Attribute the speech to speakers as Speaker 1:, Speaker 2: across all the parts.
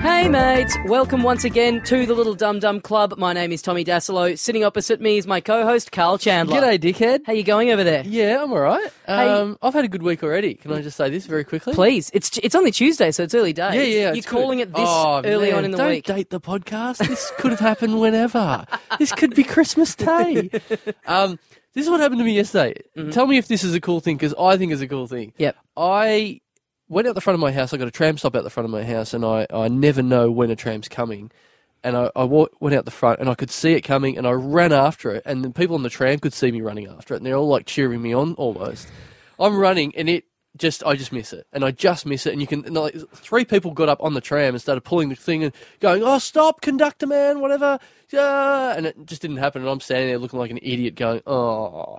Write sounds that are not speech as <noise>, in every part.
Speaker 1: Hey mates, welcome once again to the Little Dum Dum Club. My name is Tommy Dasilo. Sitting opposite me is my co-host Carl Chandler.
Speaker 2: G'day, dickhead.
Speaker 1: How you going over there?
Speaker 2: Yeah, I'm all right. Um, I've had a good week already. Can I just say this very quickly?
Speaker 1: Please, it's it's only Tuesday, so it's early days.
Speaker 2: Yeah, yeah.
Speaker 1: You're
Speaker 2: it's
Speaker 1: calling
Speaker 2: good.
Speaker 1: it this
Speaker 2: Oh,
Speaker 1: early
Speaker 2: man,
Speaker 1: on in the
Speaker 2: don't
Speaker 1: week.
Speaker 2: date the podcast. This <laughs> could have happened whenever. this could be
Speaker 1: <laughs>
Speaker 2: Christmas Day. um, this is what happened to me yesterday. Tell me if this is a cool thing because I think it's a cool thing.
Speaker 1: Mm-hmm. Yep.
Speaker 2: I went out the front of my house. I got a tram stop out the front of my house, and I, I never know when a tram's coming. And I, I wa- went out the front, and I could see it coming, and I ran after it. And the people on the tram could see me running after it, and they're all like cheering me on almost. I'm running, and it just I just miss it, and I just miss it. And you can and like three people got up on the tram and started pulling the thing and going, "Oh, stop, conductor man, whatever." Yeah, and it just didn't happen. And I'm standing there looking like an idiot, going, "Oh."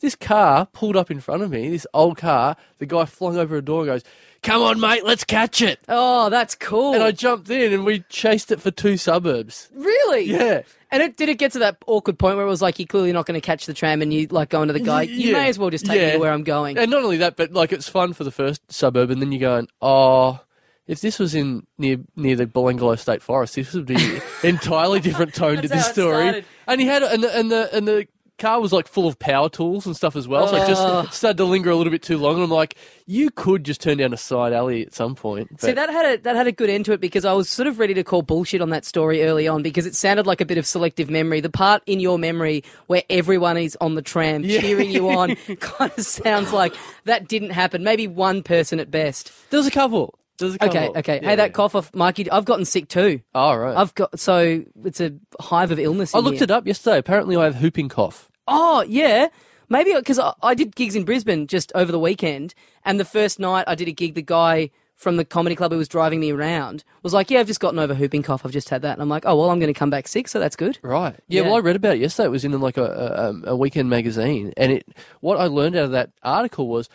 Speaker 2: This car pulled up in front of me, this old car. The guy flung over a door and goes, Come on, mate, let's catch it.
Speaker 1: Oh, that's cool.
Speaker 2: And I jumped in and we chased it for two suburbs.
Speaker 1: really?
Speaker 2: Yeah.
Speaker 1: And it did it get to that awkward point where it was like you're clearly not going to catch the tram, and you like going to the guy. You
Speaker 2: Yeah.
Speaker 1: may as well just take me
Speaker 2: Yeah.
Speaker 1: to where I'm going.
Speaker 2: And not only that, but like it's fun for the first suburb, and then you're going, Oh, if this was in near near the Belengolo State Forest, this would be an
Speaker 1: <laughs>
Speaker 2: entirely different tone to
Speaker 1: That's how
Speaker 2: this
Speaker 1: it
Speaker 2: story.
Speaker 1: started.
Speaker 2: And he had and the, and the and the car was like full of power tools and stuff as well. So it
Speaker 1: Oh.
Speaker 2: just started to linger a little bit too long. And I'm like, you could just turn down a side alley at some point.
Speaker 1: See
Speaker 2: but-
Speaker 1: that had a that had a good end to it because I was sort of ready to call bullshit on that story early on because it sounded like a bit of selective memory. The part in your memory where everyone is on the tram cheering you
Speaker 2: <laughs>
Speaker 1: on kind of sounds like that didn't happen. Maybe one person at best.
Speaker 2: There's a couple. There's a couple.
Speaker 1: Okay, okay.
Speaker 2: Yeah.
Speaker 1: hey, that cough off, Mikey. I've gotten sick too.
Speaker 2: All right.
Speaker 1: I've got so it's a hive of illness.
Speaker 2: I
Speaker 1: In
Speaker 2: looked
Speaker 1: here.
Speaker 2: it up yesterday. Apparently, I have whooping cough.
Speaker 1: Oh, yeah. Maybe because I, I did gigs in Brisbane just over the weekend, and the first night I did a gig, the guy from the comedy club who was driving me around was like, "Yeah, I've just gotten over whooping cough. I've just had that," and I'm like, "Oh well, I'm going to come back sick, so that's good."
Speaker 2: Right. Yeah,
Speaker 1: Yeah.
Speaker 2: Well, I read about it yesterday. It was in like a, a, um, a weekend magazine, and it. What I learned out of that article was,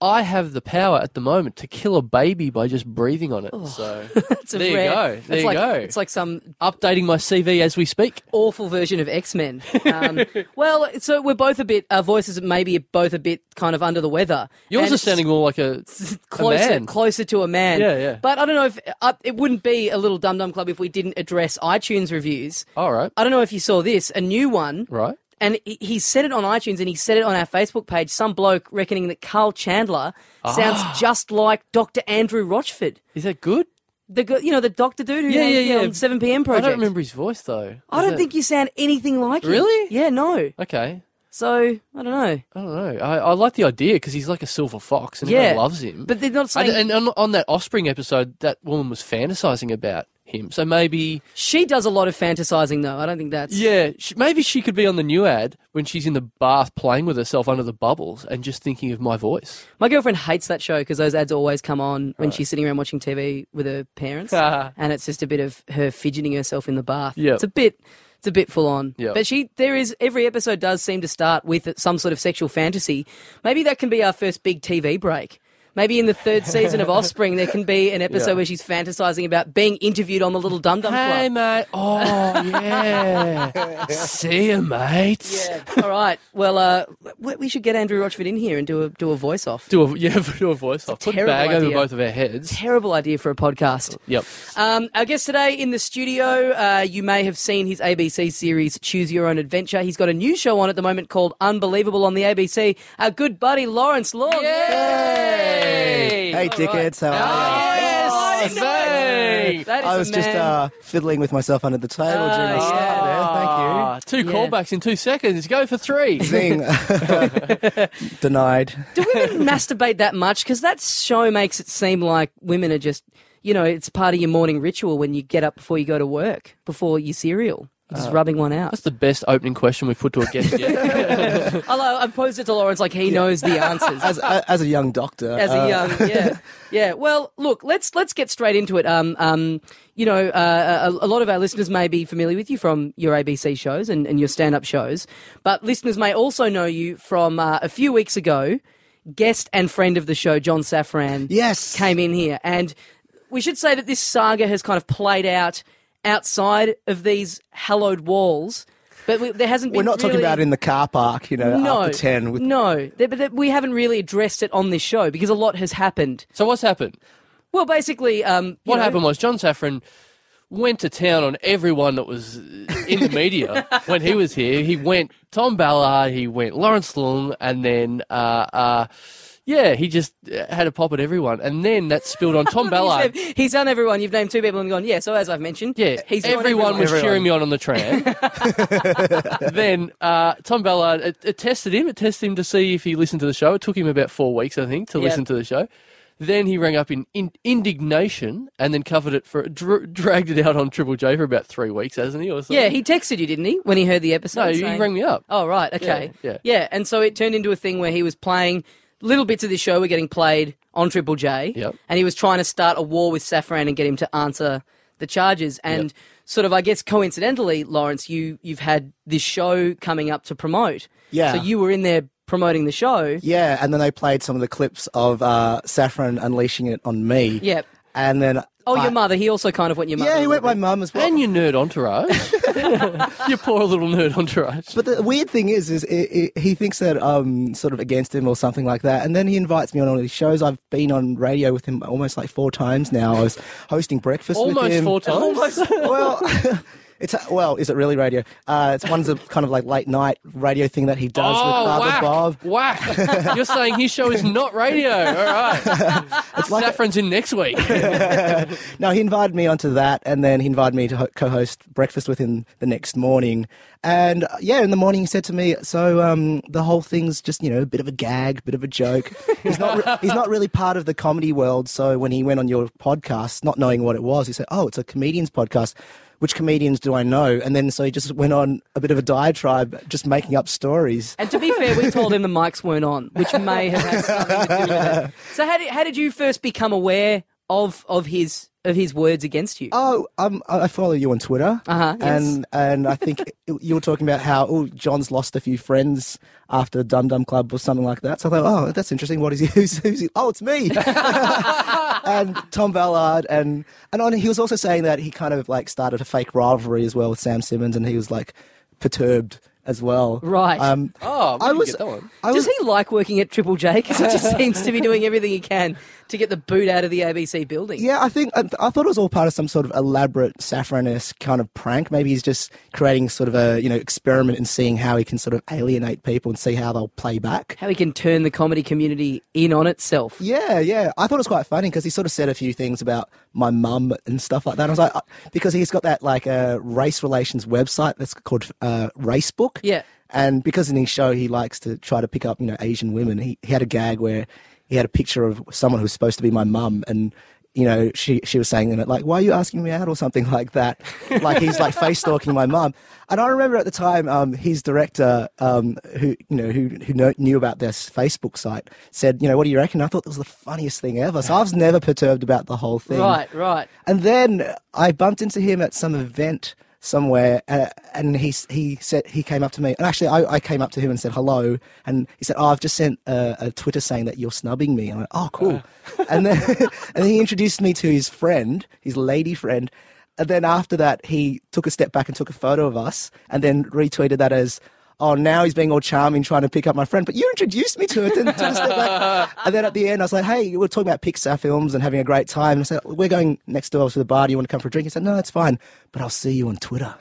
Speaker 2: I have the power at the moment to kill a baby by just breathing on it.
Speaker 1: Oh. <laughs>
Speaker 2: So
Speaker 1: It's a
Speaker 2: there
Speaker 1: rare-
Speaker 2: you go.
Speaker 1: it's
Speaker 2: There you
Speaker 1: like,
Speaker 2: go.
Speaker 1: It's like some
Speaker 2: updating my CV as we speak.
Speaker 1: awful version of X Men. Um,
Speaker 2: <laughs>
Speaker 1: well, so we're both a bit. Our voices maybe are both a bit kind of under the weather.
Speaker 2: Yours
Speaker 1: And
Speaker 2: is sounding more like a
Speaker 1: <laughs> closer,
Speaker 2: a man.
Speaker 1: closer to a man.
Speaker 2: Yeah, yeah.
Speaker 1: But I don't know if uh, it wouldn't be a little dum dum club if we didn't address iTunes reviews.
Speaker 2: All right.
Speaker 1: I don't know if you saw this, a new one.
Speaker 2: Right.
Speaker 1: And he- he said it on iTunes and he said it on our Facebook page. Some bloke reckoning that Carl Chandler
Speaker 2: Ah.
Speaker 1: sounds just like Dr. Andrew Rochford.
Speaker 2: Is that good?
Speaker 1: The go- you know the um, doctor dude who
Speaker 2: Yeah,
Speaker 1: had
Speaker 2: yeah,
Speaker 1: you on
Speaker 2: yeah.
Speaker 1: 7 p.m.
Speaker 2: I
Speaker 1: project.
Speaker 2: don't remember his voice though.
Speaker 1: I
Speaker 2: Is
Speaker 1: don't
Speaker 2: that-
Speaker 1: think you sound anything like him.
Speaker 2: Really?
Speaker 1: Yeah, no.
Speaker 2: Okay.
Speaker 1: So, I don't know.
Speaker 2: I don't know. I, I like the idea because he's like a silver fox, and
Speaker 1: Yeah.
Speaker 2: everyone loves him.
Speaker 1: But they're not
Speaker 2: And,
Speaker 1: saying
Speaker 2: and on, on that offspring episode, that woman was fantasizing about him. So maybe,
Speaker 1: she does a lot of fantasizing though. I don't think that's
Speaker 2: yeah, sh maybe she could be on the new ad when she's in the bath playing with herself under the bubbles and just thinking of my voice.
Speaker 1: My girlfriend hates that show because those ads always come on when she's sitting around watching TV with her
Speaker 2: <laughs>
Speaker 1: parents,
Speaker 2: Ah.
Speaker 1: and it's just a bit of her fidgeting herself in the bath.
Speaker 2: Yep.
Speaker 1: it's a bit, it's a bit full on.
Speaker 2: Yep.
Speaker 1: But she, there is every episode does seem to start with some sort of sexual fantasy. Maybe that can be our first big TV break. Maybe in the
Speaker 2: <laughs>
Speaker 1: third season of Offspring, there can be an episode
Speaker 2: Yeah.
Speaker 1: where she's fantasizing about being interviewed on the Little Dum Dum
Speaker 2: Hey,
Speaker 1: Club.
Speaker 2: mate. Oh, yeah. See you, mate.
Speaker 1: All right. Well, uh, we we should get Andrew Rochford in here and do a do a voice off.
Speaker 2: Do a, yeah, <laughs> do a voice off. Put a
Speaker 1: terrible
Speaker 2: bag over
Speaker 1: idea.
Speaker 2: both of our heads.
Speaker 1: Terrible idea for a podcast.
Speaker 2: Yep.
Speaker 1: Um, our guest today in the studio, uh, you may have seen his ABC series Choose Your Own Adventure. He's got a new show on at the moment called Unbelievable on the ABC. Our good buddy Lawrence Long.
Speaker 2: Yay!
Speaker 3: Hey, dickheads, how are you?
Speaker 1: yes,
Speaker 2: Oh, dang.
Speaker 1: That is
Speaker 3: I
Speaker 1: a
Speaker 3: was just
Speaker 1: man.
Speaker 3: uh, fiddling with myself under the table during the
Speaker 1: Oh,
Speaker 3: start
Speaker 2: Ah,
Speaker 3: there.
Speaker 2: two
Speaker 1: Yeah.
Speaker 2: callbacks in two seconds. Go for three.
Speaker 3: Thank you.
Speaker 1: <laughs>
Speaker 3: Zing. Denied.
Speaker 1: Do <laughs> women masturbate that much? Because that show makes it seem like women are just, you know, it's part of your morning ritual when you get up before you go to work, before your cereal. You're just rubbing one out. <laughs>
Speaker 2: That's the best opening question we've put to a guest yet.
Speaker 1: Although I've posed it to Lawrence like he knows <laughs> the answers.
Speaker 3: As, a- as a young doctor.
Speaker 1: as a
Speaker 3: uh,
Speaker 1: young
Speaker 3: <laughs>
Speaker 1: yeah yeah well look let's let's get straight into it um um you know uh, a, a lot of our listeners may be familiar with you from your abc shows and, and your stand-up shows but listeners may also know you from uh, a few weeks ago guest and friend of the show john safran
Speaker 3: Yes.
Speaker 1: came in here and we should say that this saga has kind of played out outside of these hallowed walls But we, there hasn't been.
Speaker 3: We're not talking
Speaker 1: really-
Speaker 3: about it in the car park, you know,
Speaker 1: no,
Speaker 3: after 10 with
Speaker 1: no, There- but there- we haven't really addressed it on this show because a lot has happened.
Speaker 2: So what's happened?
Speaker 1: Well, basically, um, you
Speaker 2: What
Speaker 1: know-
Speaker 2: happened was John Saffron went to town on everyone that was uh, in the
Speaker 1: <laughs>
Speaker 2: media when he was here. He went Tom Ballard, he went Lawrence Long, and then. Uh, uh, yeah, he just uh, had a pop at everyone, and then that
Speaker 1: <laughs>
Speaker 2: spilled on Tom
Speaker 1: You've
Speaker 2: Ballard.
Speaker 1: named- He's done everyone. You've named two people and gone, yeah, so as I've mentioned.
Speaker 2: Yeah,
Speaker 1: he's
Speaker 2: everyone, was cheering me on on the tram. then uh, Tom Ballard, it, it tested him. It tested him to see if he listened to the show. It took him about four weeks, I think, to
Speaker 1: Yeah.
Speaker 2: listen to the show. Then he rang up in, in indignation and then covered it for dr- dragged it out on Triple J for about three weeks, hasn't he? Or something?
Speaker 1: Yeah, he texted you, didn't he, when he heard the episode?
Speaker 2: no, he
Speaker 1: saying-
Speaker 2: rang me up.
Speaker 1: Oh, right, okay.
Speaker 2: Yeah, yeah.
Speaker 1: and so it turned into a thing where he was playing little bits of this show were getting played on Triple J.
Speaker 2: Yep.
Speaker 1: And he was trying to start a war with Safran and get him to answer the charges. And sort of, I guess, coincidentally, Lawrence, you, you've had this show coming up to promote.
Speaker 3: Yeah.
Speaker 1: So you were in there promoting the show.
Speaker 3: Yeah, and then they played some of the clips of uh, Saffron unleashing it on me.
Speaker 1: Yeah.
Speaker 3: And then.
Speaker 1: Oh,
Speaker 3: I-
Speaker 1: your mother. He also kind of went your mother.
Speaker 3: Yeah, he
Speaker 1: a
Speaker 3: went
Speaker 1: little
Speaker 3: my
Speaker 1: bit.
Speaker 3: mum as well.
Speaker 2: And your nerd entourage, <laughs> your poor little nerd entourage.
Speaker 3: But the weird thing is, is i i he thinks that um sort of against him or something like that, and then he invites me on all these shows. I've been on radio with him almost like four times now. I was hosting breakfast with
Speaker 2: Almost
Speaker 3: him.
Speaker 2: four times. <laughs>
Speaker 3: Well, <laughs> it's well, is it really radio? Uh, it's one's a kind of like late night radio thing that he does with Father
Speaker 2: Oh, whack,
Speaker 3: Bob.
Speaker 2: whack! You're saying his show is not radio. All right, Saffron's in next week.
Speaker 3: No, he invited me onto that, and then he invited me to ho- co-host breakfast with him the next morning. And uh, yeah, in the morning he said to me, "So um, the whole thing's just you know a bit of a gag, bit of a joke. He's not re- he's not really part of the comedy world." So when he went on your podcast, not knowing what it was, he said, "Oh, it's a comedians podcast." Which comedians do I know? And then so he just went on a bit of a diatribe, just making up stories.
Speaker 1: And to be fair, we told him the mics weren't on, which may have had something to do with it.
Speaker 3: <laughs>
Speaker 1: So how did, how did you first become aware of of his of his words against you?
Speaker 3: Oh, um, I I follow you on Twitter,
Speaker 1: Uh-huh, yes.
Speaker 3: and and I think <laughs> you were talking about how oh John's lost a few friends after Dum Dum Club or something like that. So I thought, oh, that's interesting. What is he? <laughs> Who's, who's he? Oh, it's me. <laughs> and Tom Ballard, and and on, he was also saying that he kind of like started a fake rivalry as well with Sam Simmons, and he was like perturbed as well.
Speaker 1: Right.
Speaker 3: Um,
Speaker 2: Oh, I
Speaker 3: I was.
Speaker 2: get that one.
Speaker 3: I
Speaker 1: Does
Speaker 3: was.
Speaker 1: he like working at Triple J? Because he
Speaker 3: <laughs>
Speaker 1: just seems to be doing everything he can to get the boot out of the ABC building.
Speaker 3: Yeah, I think I, I thought it was all part of some sort of elaborate saffronous kind of prank. Maybe he's just creating sort of a you know experiment and seeing how he can sort of alienate people and see how they'll play back.
Speaker 1: How he can turn the comedy community in on itself.
Speaker 3: Yeah, yeah. I thought it was quite funny because he sort of said a few things about my mum and stuff like that. I was like, uh, because he's got that like uh, race relations website that's called uh, Racebook.
Speaker 1: Yeah.
Speaker 3: And because in his show he likes to try to pick up you know Asian women, he, he had a gag where he had a picture of someone who's supposed to be my mum and. You know, she she was saying in it like, "Why are you asking me out?" or something <laughs> like that. like he's like face stalking my mum. And I remember at the time, um, his director, um, who you know who who kno- knew about this Facebook site, said, "You know, what do you reckon?" I thought that was the funniest thing ever. So I was never perturbed about the whole thing.
Speaker 1: Right, right.
Speaker 3: And then I bumped into him at some event somewhere, uh, and he s- he said he came up to me, and actually I, I came up to him and said hello, and he said, "Oh, I've just sent a, a Twitter saying that you're snubbing me." And I went, "Oh, cool," and then <laughs> and then he introduced me to his friend, his lady friend. And then after that, he took a step back and took a photo of us, and then retweeted that as, "Oh, now he's being all charming, trying to pick up my friend." But you introduced me to it, didn't took a
Speaker 1: <laughs>
Speaker 3: step back. And then at the end, I was like, "Hey, we we're talking about Pixar films and having a great time." And I said, "We're going next door to the bar. Do you want to come for a drink?" He said, "No, it's fine, but I'll see you
Speaker 1: <laughs>
Speaker 3: on Twitter."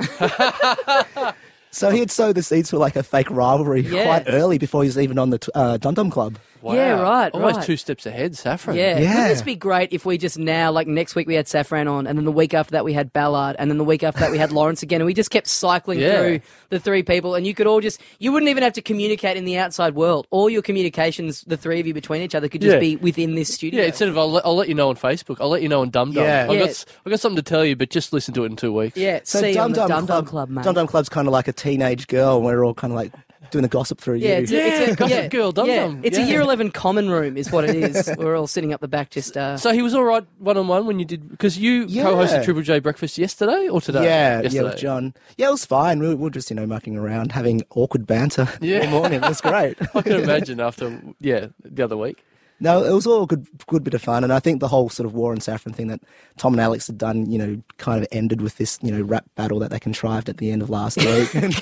Speaker 3: so he had sowed the seeds for like a fake rivalry
Speaker 1: Yeah.
Speaker 3: quite early before he was even on the t- uh, Dum Dum Club.
Speaker 1: Yeah, right,
Speaker 2: Almost
Speaker 1: right.
Speaker 2: two steps ahead, Saffron.
Speaker 1: Yeah.
Speaker 3: Yeah.
Speaker 1: Wouldn't this be great if we just now, like next week we had Safran on, and then the week after that we had Ballard, and then the week after that we had Lawrence again, and we just kept cycling
Speaker 2: Yeah.
Speaker 1: through the three people, and you could all just, you wouldn't even have to communicate in the outside world. All your communications, the three of you between each other, could just
Speaker 2: Yeah.
Speaker 1: be within this studio.
Speaker 2: Yeah, instead of I'll let, I'll let you know on Facebook, I'll let you know on Dum Dum.
Speaker 3: Yeah.
Speaker 2: I've,
Speaker 1: Yeah.
Speaker 2: Got, s- I've got something to tell you, but just listen to it in two weeks.
Speaker 1: Yeah,
Speaker 3: So
Speaker 1: see you on
Speaker 3: Dum
Speaker 1: the
Speaker 3: Dum
Speaker 1: Dum Dum
Speaker 3: Club,
Speaker 1: Club, mate.
Speaker 3: Dum Dum Club's kind of like a teenage girl, and we're all kind of like doing the gossip through
Speaker 1: Yeah,
Speaker 3: you.
Speaker 1: it's a, it's a
Speaker 2: Gossip
Speaker 1: yeah,
Speaker 2: <laughs> Girl, Dum
Speaker 1: yeah.
Speaker 2: Dum,
Speaker 1: It's
Speaker 2: yeah.
Speaker 1: a year eleven common room, is what it
Speaker 2: <laughs>
Speaker 1: is. We're all sitting up the back, just uh,
Speaker 2: So he was all right one on one when you did because you
Speaker 3: Yeah.
Speaker 2: co-hosted Triple J Breakfast yesterday or today?
Speaker 3: Yeah, yeah,
Speaker 2: yesterday.
Speaker 3: with John. Yeah, it was fine. We were, we were just, you know, mucking
Speaker 2: <laughs>
Speaker 3: around, having awkward banter
Speaker 2: Yeah. <laughs>
Speaker 3: all morning. It was great.
Speaker 2: I can imagine after yeah the other week.
Speaker 3: No, it was all a good, good bit of fun, and I think the whole sort of war and saffron thing that Tom and Alex had done, you know, kind of ended with this, you know, rap battle that they contrived at the end
Speaker 2: <laughs>
Speaker 3: of last week. And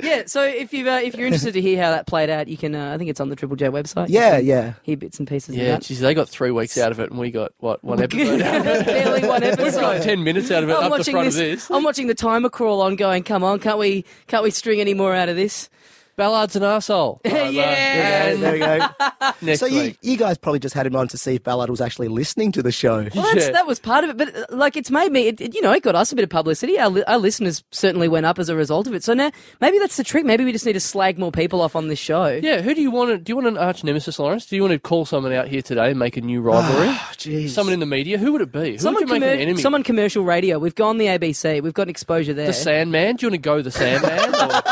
Speaker 1: Yeah, so if you uh, if you're interested to hear how that played out, you can. Uh, I think it's on the Triple J website.
Speaker 3: yeah, yeah,
Speaker 1: hear bits and pieces.
Speaker 2: Yeah,
Speaker 1: of that.
Speaker 2: geez, they got three weeks out of it, and we got what one
Speaker 1: <laughs>
Speaker 2: episode. out of <laughs> it?
Speaker 1: barely one
Speaker 2: We've got
Speaker 1: episode.
Speaker 2: ten minutes out of it
Speaker 1: I'm
Speaker 2: up the
Speaker 1: watching
Speaker 2: front
Speaker 1: this,
Speaker 2: of this.
Speaker 1: I'm watching the timer crawl on, going, "Come on, can't we? Can't we string any more out of this?"
Speaker 2: Ballard's an asshole.
Speaker 1: Yeah.
Speaker 3: there we go.
Speaker 2: <laughs> Next
Speaker 3: so you,
Speaker 2: week.
Speaker 3: you guys probably just had him on to see if Ballard was actually listening to the show. Oh,
Speaker 1: Well, that's,
Speaker 2: Yeah.
Speaker 1: that was part of it, but uh, like it's made me, it, it- you know, it got us a bit of publicity. Our, li- our listeners certainly went up as a result of it. So now maybe that's the trick. Maybe we just need to slag more people off on this show.
Speaker 2: Yeah, who do you want? To, do you want an arch nemesis, Lawrence? Do you want to call someone out here today and make a new
Speaker 1: <sighs>
Speaker 2: rivalry?
Speaker 3: jeez.
Speaker 2: someone in the media? Who would it be? Who
Speaker 1: Someone,
Speaker 2: would you make
Speaker 1: commer-
Speaker 2: an enemy?
Speaker 1: someone commercial radio. We've gone the ABC. We've got exposure there.
Speaker 2: The Sandman? Do you want to go
Speaker 1: <laughs>
Speaker 2: the Sandman? Or-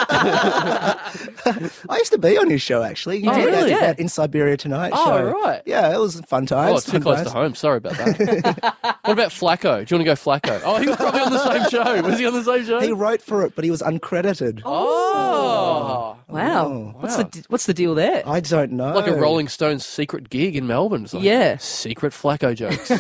Speaker 2: oh,
Speaker 3: I used to be on his show actually. You
Speaker 1: Oh,
Speaker 3: did that-
Speaker 1: really?
Speaker 3: that,
Speaker 1: Yeah.
Speaker 3: in Siberia tonight.
Speaker 2: Oh,
Speaker 3: show.
Speaker 2: right.
Speaker 3: Yeah, it was fun times.
Speaker 2: oh, it's too
Speaker 3: fun
Speaker 2: close
Speaker 3: times.
Speaker 2: to home. Sorry about that.
Speaker 1: <laughs>
Speaker 2: what about Flacco? Do you want to go Flacco? Oh, he was probably on the same show. Was he on the same show?
Speaker 3: He wrote for it, but he was uncredited.
Speaker 2: oh,
Speaker 1: wow. What's the
Speaker 2: Wow.
Speaker 1: d- what's the deal there?
Speaker 3: I don't know.
Speaker 2: like a Rolling Stones secret gig in Melbourne. It's like,
Speaker 1: Yeah.
Speaker 2: secret
Speaker 1: <laughs>
Speaker 2: Flacco jokes.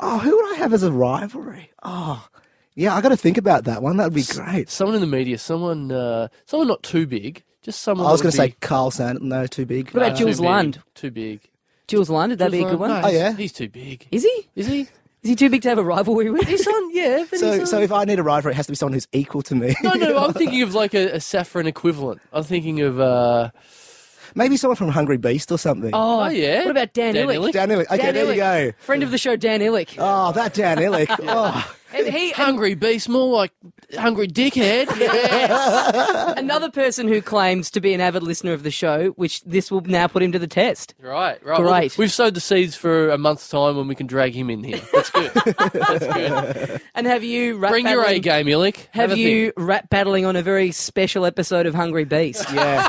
Speaker 3: Oh, who would I have as a rivalry? Oh, yeah, I got to think about that one. That'd be great.
Speaker 2: someone in the media. Someone. Uh, someone not too big. Just someone.
Speaker 3: I was
Speaker 2: going to
Speaker 3: say Carl Sand. No, too big. Uh,
Speaker 1: What about
Speaker 2: too
Speaker 1: Jules
Speaker 2: big,
Speaker 1: Lund?
Speaker 2: Too big.
Speaker 1: Jules Lund, would that be a good one?
Speaker 2: No,
Speaker 3: Oh, yeah?
Speaker 2: He's too big.
Speaker 1: Is he?
Speaker 2: Is he?
Speaker 1: Is he too big to have a rivalry with? He's on, yeah.
Speaker 3: so, so if I need a rivalry, it has to be someone who's equal to me.
Speaker 2: No, no, I'm thinking of like a, a saffron equivalent. I'm thinking of. Uh,
Speaker 3: <laughs> Maybe someone from Hungry Beast or something.
Speaker 1: Oh,
Speaker 2: Oh, yeah.
Speaker 1: What about Dan,
Speaker 2: Dan
Speaker 1: Illick?
Speaker 2: Illick?
Speaker 3: Dan Illick. Okay,
Speaker 1: Dan
Speaker 3: there you
Speaker 1: Illick.
Speaker 3: go.
Speaker 1: Friend of the show, Dan Illick.
Speaker 3: Oh, that
Speaker 2: <laughs>
Speaker 3: Dan Illick. Oh,
Speaker 1: and he,
Speaker 2: hungry beast, more like
Speaker 1: <laughs>
Speaker 2: hungry dickhead.
Speaker 1: another person who claims to be an avid listener of the show, which this will now put him to the test.
Speaker 2: <laughs> Right, right.
Speaker 1: Great.
Speaker 2: We've sowed the seeds for a month's time when we can drag him in here.
Speaker 1: <laughs>
Speaker 2: That's good.
Speaker 1: And have you rat
Speaker 2: Bring your
Speaker 1: battling-
Speaker 2: A game, Illick.
Speaker 1: Have
Speaker 2: a
Speaker 1: you
Speaker 2: think.
Speaker 1: rat battling on a very special episode of Hungry Beast?
Speaker 3: yeah.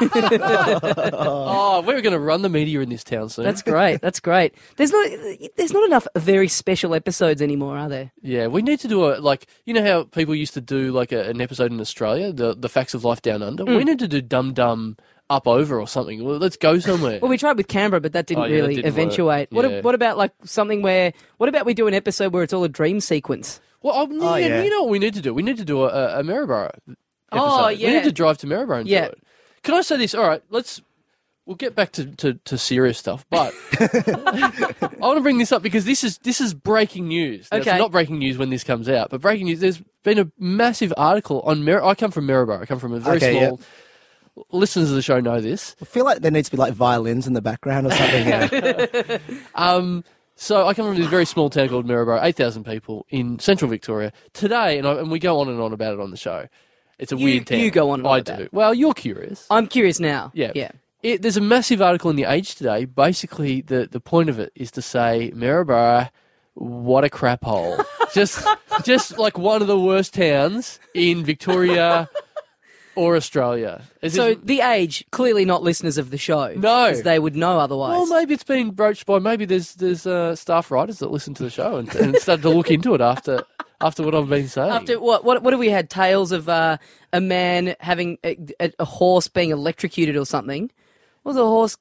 Speaker 2: Oh, we're going to run the media in this town soon.
Speaker 1: That's great. That's great. There's not there's not enough very special episodes anymore, are there?
Speaker 2: yeah, we need to do a like. You know how people used to do like a, an episode in Australia, the the facts of life down under.
Speaker 1: Mm.
Speaker 2: We need to do dum dum up over or something. Well, let's go
Speaker 1: <laughs>
Speaker 2: somewhere.
Speaker 1: Well, we tried with Canberra, but that didn't
Speaker 2: Oh, yeah, that
Speaker 1: really
Speaker 2: didn't work.
Speaker 1: eventuate. What
Speaker 2: Yeah.
Speaker 1: what about like something where? What about we do an episode where it's all a dream sequence?
Speaker 2: well, I need,
Speaker 3: Oh, yeah.
Speaker 2: you know what we need to do? We need to do a, a, a Maryborough episode.
Speaker 1: Oh,
Speaker 2: We
Speaker 1: yeah.
Speaker 2: need to drive to Maryborough and
Speaker 1: Yeah.
Speaker 2: do it. Can I say this? All right, let's. We'll get back to, to, to serious stuff,
Speaker 3: <laughs>
Speaker 2: but I want to bring this up because this is this is breaking news. Now,
Speaker 1: Okay.
Speaker 2: It's not breaking news when this comes out, but breaking news. There's been a massive article on Mer. I come from Maryborough. I come from a very
Speaker 3: Okay, yeah.
Speaker 2: small. Listeners of the show know this.
Speaker 3: I feel like there needs to be like violins in the background or something.
Speaker 2: <laughs>
Speaker 3: Yeah.
Speaker 2: Um, so I come from this very small town called Maryborough, 8,000 people in central Victoria. Today, and, I, and we go on and on about it on the show. It's a
Speaker 1: You-
Speaker 2: weird town.
Speaker 1: you go on and on
Speaker 2: I
Speaker 1: about
Speaker 2: do.
Speaker 1: it.
Speaker 2: Well, you're curious.
Speaker 1: I'm curious now.
Speaker 2: yeah.
Speaker 1: yeah.
Speaker 2: It, there's a massive article in The Age today. Basically, the, the point of it is to say, Maryborough, what a
Speaker 1: <laughs>
Speaker 2: crap hole. just, just like one of the worst towns in Victoria or Australia. It's
Speaker 1: So
Speaker 2: just-
Speaker 1: the age clearly not listeners of the show.
Speaker 2: No.
Speaker 1: 'cause they would know otherwise.
Speaker 2: Well, maybe it's been broached by maybe there's there's uh, staff writers that listen to the show and, and started to look into it after after what I've been saying.
Speaker 1: After what? What? What have we had? Tales of uh, a man having a, a, a horse being electrocuted or something. What was a horse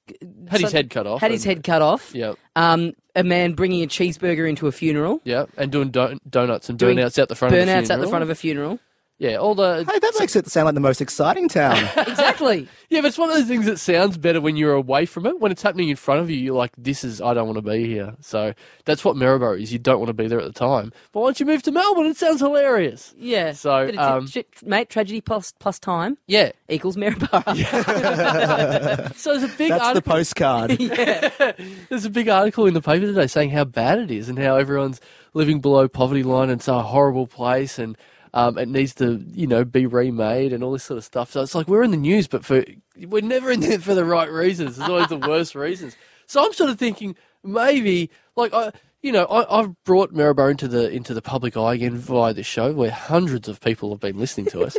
Speaker 2: had his
Speaker 1: some-
Speaker 2: head cut off.
Speaker 1: Had his
Speaker 2: and-
Speaker 1: head cut off.
Speaker 2: Yeah,
Speaker 1: Um, a man bringing a cheeseburger into a funeral.
Speaker 2: yeah, and doing don- donuts and
Speaker 1: Doing
Speaker 2: burnouts out the front. of the
Speaker 1: Burnouts at the
Speaker 2: funeral.
Speaker 1: front of a funeral.
Speaker 2: Yeah, all the
Speaker 3: hey, that makes it sound like the most exciting town.
Speaker 2: <laughs>
Speaker 1: Exactly.
Speaker 2: yeah, but it's one of those things that sounds better when you're away from it. When it's happening in front of you, you're like, "This is I don't want to be here." So that's what Maryborough is. You don't want to be there at the time, but once you move to Melbourne, it sounds hilarious.
Speaker 1: Yeah.
Speaker 2: So,
Speaker 1: But it's-
Speaker 2: um,
Speaker 1: shit, mate, tragedy plus plus time
Speaker 2: Yeah,
Speaker 1: equals
Speaker 2: <laughs>
Speaker 1: Maryborough. <laughs>
Speaker 2: so there's a big
Speaker 3: That's the
Speaker 2: article. <laughs>
Speaker 3: postcard.
Speaker 2: There's a big article in the paper today saying how bad it is and how everyone's living below poverty line and it's a horrible place and um, it needs to, you know, be remade and all this sort of stuff. So it's like we're in the news, but for we're never in there for the right reasons. It's always the worst reasons. So I'm sort of thinking maybe like I. You know, I, I've brought Maribor into the into the public eye again via this show, where hundreds of people have been listening to us.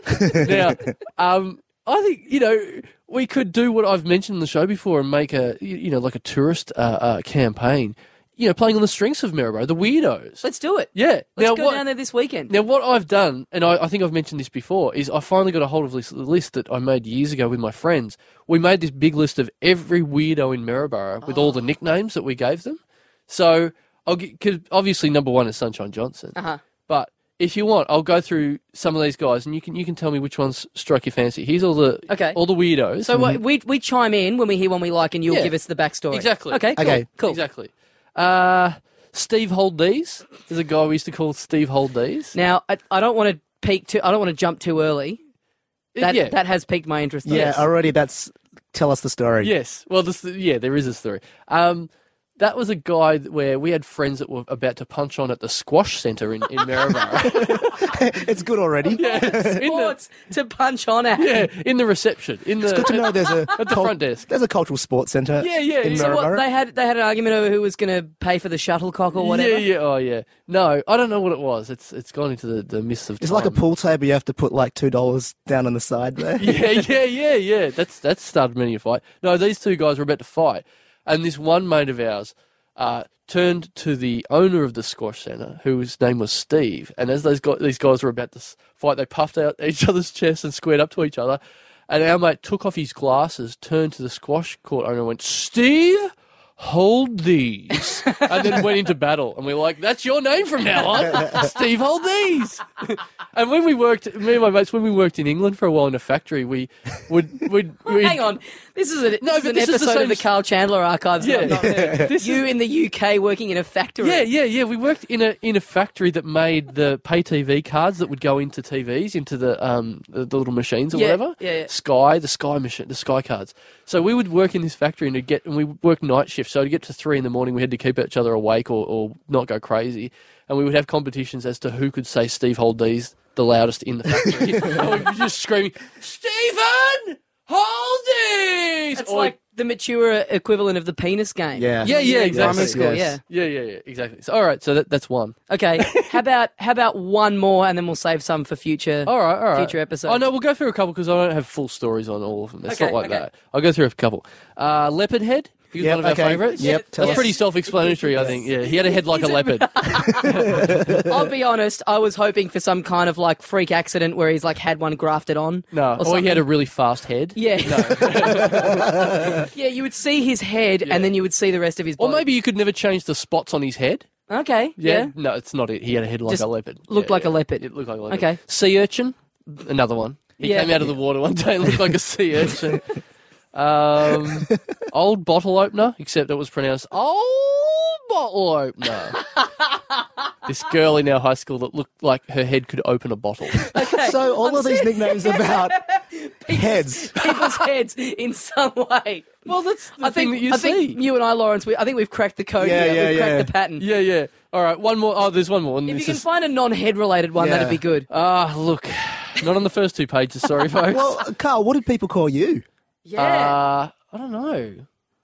Speaker 2: now, um, I think you know we could do what I've mentioned in the show before and make a you you know like a tourist uh, uh, campaign you know, playing on the strengths of Maribor, the weirdos.
Speaker 1: Let's do it.
Speaker 2: yeah.
Speaker 1: Let's
Speaker 2: <laughs> now
Speaker 1: go
Speaker 2: what?
Speaker 1: down there this weekend.
Speaker 2: now what I've done, and I, I think I've mentioned this before, is I finally got a hold of this the list that I made years ago with my friends. We made this big list of every weirdo in Maribor with all
Speaker 1: Oh.
Speaker 2: the nicknames that we gave them. So I'll because obviously number one is Sunshine Johnson.
Speaker 1: Uh-huh.
Speaker 2: But if you want, I'll go through some of these guys, and you can you can tell me which ones strike your fancy. Here's all the
Speaker 1: Okay.
Speaker 2: all the weirdos.
Speaker 1: So what, we we chime in when we hear one we like, and you'll
Speaker 2: Mm-hmm. Yeah.
Speaker 1: give us the backstory.
Speaker 2: Exactly.
Speaker 1: Okay. Cool.
Speaker 3: Okay.
Speaker 1: Cool.
Speaker 2: exactly. Uh, Steve Holdees is a guy we used to call Steve Holdees.
Speaker 1: Now I, I don't want to peak too. I don't want to jump too early. That
Speaker 2: Uh, yeah.
Speaker 1: that has piqued my interest. though.
Speaker 3: Yeah, already that's tell us the story.
Speaker 2: yes. Well, this, yeah, there is a story. Um, that was a guy that- where we had friends that were about to punch on at the squash centre in in
Speaker 1: <laughs>
Speaker 2: Maribor.
Speaker 3: <laughs> it's
Speaker 2: <laughs>
Speaker 3: good already.
Speaker 2: in, the,
Speaker 1: Sports to punch on at.
Speaker 2: yeah, in the reception. In the
Speaker 3: Good to know there's a
Speaker 2: at the front desk.
Speaker 3: There's a cultural sports centre.
Speaker 2: Yeah, yeah,
Speaker 3: In
Speaker 2: yeah.
Speaker 1: So what
Speaker 3: Maribor.
Speaker 1: they had they had an argument over who was going to pay for the shuttlecock or whatever.
Speaker 2: Yeah, yeah, oh yeah. No, I don't know what it was. It's it's gone into the, the mists of
Speaker 3: it's
Speaker 2: time.
Speaker 3: like a pool table. You have to put like two dollars down on the side there.
Speaker 2: <laughs> yeah, yeah, yeah, yeah. That's that's started many a fight. No, these two guys were about to fight, and this one mate of ours uh, turned to the owner of the squash center, whose name was Steve. And as those guys, these guys were about to s- fight, they puffed out <laughs> each other's chests and squared up to each other. And our mate took off his glasses, turned to the squash court owner, and went, "Steve." Hold these, and then went into battle, and we were like, "That's your name from now on, Steve. Hold these." And when we worked, me and my mates, when we worked in England for a while in a factory, we would would
Speaker 1: Well, Hang on, this is, a,
Speaker 2: No,
Speaker 1: this is
Speaker 2: but
Speaker 1: an
Speaker 2: this is
Speaker 1: episode
Speaker 2: the
Speaker 1: of
Speaker 2: same
Speaker 1: the
Speaker 2: s-
Speaker 1: Carl Chandler archives. that
Speaker 2: Yeah.
Speaker 1: I've not heard of.
Speaker 2: <laughs> This
Speaker 1: you in the UK working in a factory.
Speaker 2: Yeah, yeah, yeah. We worked in a in a factory that made the pay TV cards that would go into TVs, into the um the, the little machines or
Speaker 1: Yeah,
Speaker 2: whatever.
Speaker 1: yeah, yeah.
Speaker 2: Sky, the Sky machine, the Sky cards. So we would work in this factory and to get and we worked night shifts. So to get to three in the morning, we had to keep each other awake or, or not go crazy. And we would have competitions as to who could say Steve Holdees the loudest in the factory.
Speaker 1: <laughs>
Speaker 2: and we'd be just screaming, Stephen Holdees!
Speaker 1: it's
Speaker 2: Or-
Speaker 1: like the mature equivalent of the penis game.
Speaker 3: Yeah.
Speaker 2: <laughs> yeah, yeah, exactly.
Speaker 1: Primary school,
Speaker 3: Yes.
Speaker 2: Yeah, yeah, yeah, exactly. So, all right, so that, that's one.
Speaker 1: yeah.
Speaker 2: <laughs>
Speaker 1: Okay. how about how about one more, and then we'll save some for future.
Speaker 2: All right, all right.
Speaker 1: Future episodes.
Speaker 2: Oh no, we'll go through a couple because I don't have full stories on all of them. It's
Speaker 1: Okay,
Speaker 2: not like
Speaker 1: okay.
Speaker 2: that. I'll go through a couple. Uh, leopard head. He was
Speaker 3: Yep,
Speaker 2: one of our
Speaker 3: okay.
Speaker 2: favourites.
Speaker 3: Yep, tell
Speaker 2: That's
Speaker 3: us.
Speaker 2: pretty self-explanatory, I think. Yeah, he had a head like a
Speaker 1: He's a- <laughs>
Speaker 2: leopard.
Speaker 1: I'll be honest. I was hoping for some kind of like freak accident where he's like had one grafted on.
Speaker 2: No,
Speaker 1: or
Speaker 2: or, he
Speaker 1: something.
Speaker 2: had a really fast head.
Speaker 1: Yeah. <laughs> yeah, you would see his head and then you would see the rest of his
Speaker 2: Or
Speaker 1: body.
Speaker 2: maybe you could never change the spots on his head.
Speaker 1: Okay. Yeah.
Speaker 2: No, it's not it. He had a head like
Speaker 1: Just
Speaker 2: a leopard.
Speaker 1: looked
Speaker 2: Yeah,
Speaker 1: like a
Speaker 2: yeah.
Speaker 1: leopard.
Speaker 2: It looked like a leopard.
Speaker 1: Okay.
Speaker 2: Sea urchin. Another one. He
Speaker 1: Yeah.
Speaker 2: came out of the water one day and looked like a
Speaker 1: <laughs>
Speaker 2: sea urchin. Um, old bottle opener, except it was pronounced old
Speaker 1: <laughs>
Speaker 2: bottle opener. this girl in our high school that looked like her head could open
Speaker 1: <laughs>
Speaker 2: a bottle.
Speaker 3: So all of these
Speaker 2: <laughs>
Speaker 3: nicknames about heads.
Speaker 1: People's heads in some way.
Speaker 2: Well, that's the
Speaker 1: I think I think you and I, Lawrence, we, I think we've cracked the code.
Speaker 3: Yeah,
Speaker 1: here.
Speaker 3: yeah,
Speaker 1: we've
Speaker 3: yeah.
Speaker 1: cracked the pattern.
Speaker 2: yeah, yeah. All right, one more. Oh, there's one more. and
Speaker 1: If you
Speaker 2: this
Speaker 1: can
Speaker 2: is-
Speaker 1: find a non-head related one,
Speaker 3: Yeah.
Speaker 1: that'd be good.
Speaker 2: Ah, look, not on the first two
Speaker 1: <laughs>
Speaker 2: pages. Sorry, folks.
Speaker 3: Well, Carl, what did people call you?
Speaker 1: Yeah.
Speaker 2: Uh, I don't know.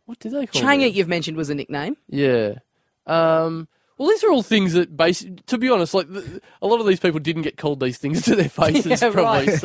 Speaker 2: What do they call
Speaker 1: Changa,
Speaker 2: it?
Speaker 1: you've mentioned was a nickname.
Speaker 2: Yeah. Um, well, these are all things that, base. To be honest, like th- a lot of these people didn't get called these things <laughs> to their faces,
Speaker 1: Yeah,
Speaker 2: probably.
Speaker 1: right.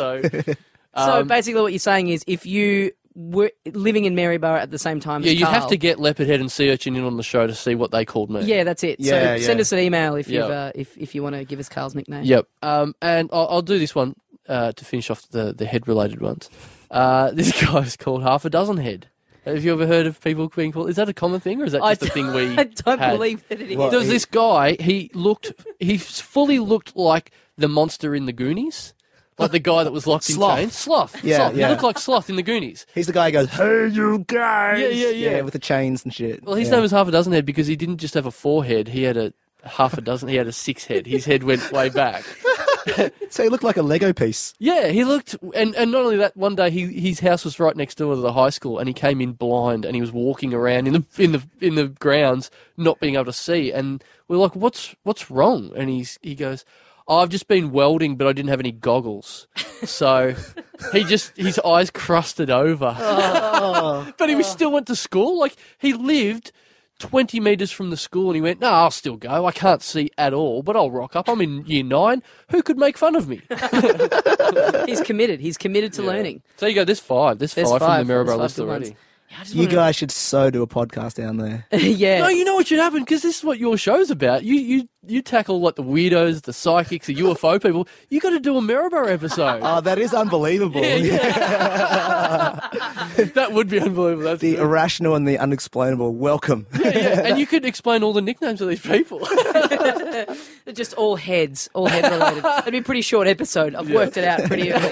Speaker 1: <laughs>
Speaker 2: So,
Speaker 1: so
Speaker 2: um,
Speaker 1: basically, what you're saying is, if you were living in Maryborough at the same time,
Speaker 2: yeah,
Speaker 1: as
Speaker 2: you'd have
Speaker 1: Carl-
Speaker 2: to get Leopard Head and Sea Urchin in on the show to see what they called me.
Speaker 1: Yeah, that's it. so
Speaker 3: Yeah, yeah.
Speaker 1: send us an email if
Speaker 2: Yeah.
Speaker 1: you've uh, if if you want to give us Carl's nickname.
Speaker 2: Yep. Um, and I'll, I'll do this one uh, to finish off the the head related ones. Uh, <laughs> this guy's called half a dozen head. Have you ever heard of people being called? Is that a common thing, or is that
Speaker 1: I
Speaker 2: just a thing
Speaker 1: <laughs>
Speaker 2: we?
Speaker 1: I don't
Speaker 2: had?
Speaker 1: believe that it is.
Speaker 3: What?
Speaker 2: There was
Speaker 3: He-
Speaker 2: this guy. He looked. He fully looked like the monster in the Goonies, like the guy that was locked
Speaker 3: Sloth.
Speaker 2: in chains. Sloth.
Speaker 3: Yeah,
Speaker 2: Sloth.
Speaker 3: yeah.
Speaker 2: He looked like Sloth in the Goonies.
Speaker 3: He's the guy who goes, "Hey, you guys!"
Speaker 2: Yeah, yeah, yeah.
Speaker 3: with the chains and shit.
Speaker 2: Well, his
Speaker 3: yeah.
Speaker 2: name was half a dozen head because he didn't just have a forehead. He had a half a dozen. He had a six head. His head went way back.
Speaker 3: So he looked like a Lego piece.
Speaker 2: Yeah, he looked, and, and not only that. One day, he his house was right next door to the high school, and he came in blind, and he was walking around in the in the in the grounds, not being able to see. And we're like, "What's what's wrong?" And he's he goes, oh, "I've just been welding, but I didn't have any goggles, so he just his eyes crusted over." but he was still went to school. Like he lived. 20 metres from the school, and he went, No, I'll still go. I can't see at all, but I'll rock up. I'm in year nine. Who could make fun of me?
Speaker 1: He's committed. He's committed to learning.
Speaker 2: So you go. There's five. There's,
Speaker 1: There's
Speaker 2: five,
Speaker 1: five.
Speaker 2: from Oh, the
Speaker 1: There's
Speaker 2: Maribor
Speaker 1: five
Speaker 2: list
Speaker 1: good ones.
Speaker 2: already.
Speaker 1: I just
Speaker 3: You
Speaker 1: wanna-
Speaker 3: guys should so do a podcast
Speaker 2: <laughs>
Speaker 3: down there.
Speaker 1: <laughs> yeah.
Speaker 2: No, you know what should happen because this is what your show's about. You you you tackle like the weirdos, the psychics, the UFO people. You got to do a Maribor
Speaker 3: <laughs>
Speaker 2: episode.
Speaker 3: Oh, that is unbelievable.
Speaker 2: Yeah, that would be unbelievable. That's
Speaker 3: <laughs> The
Speaker 2: good.
Speaker 3: irrational and the unexplainable. Welcome.
Speaker 2: yeah, yeah. And you could explain all the nicknames of these people. <laughs>
Speaker 1: They're just all heads, all head related.
Speaker 2: <laughs>
Speaker 1: It'd be a pretty short episode. I've worked it out pretty.
Speaker 2: you look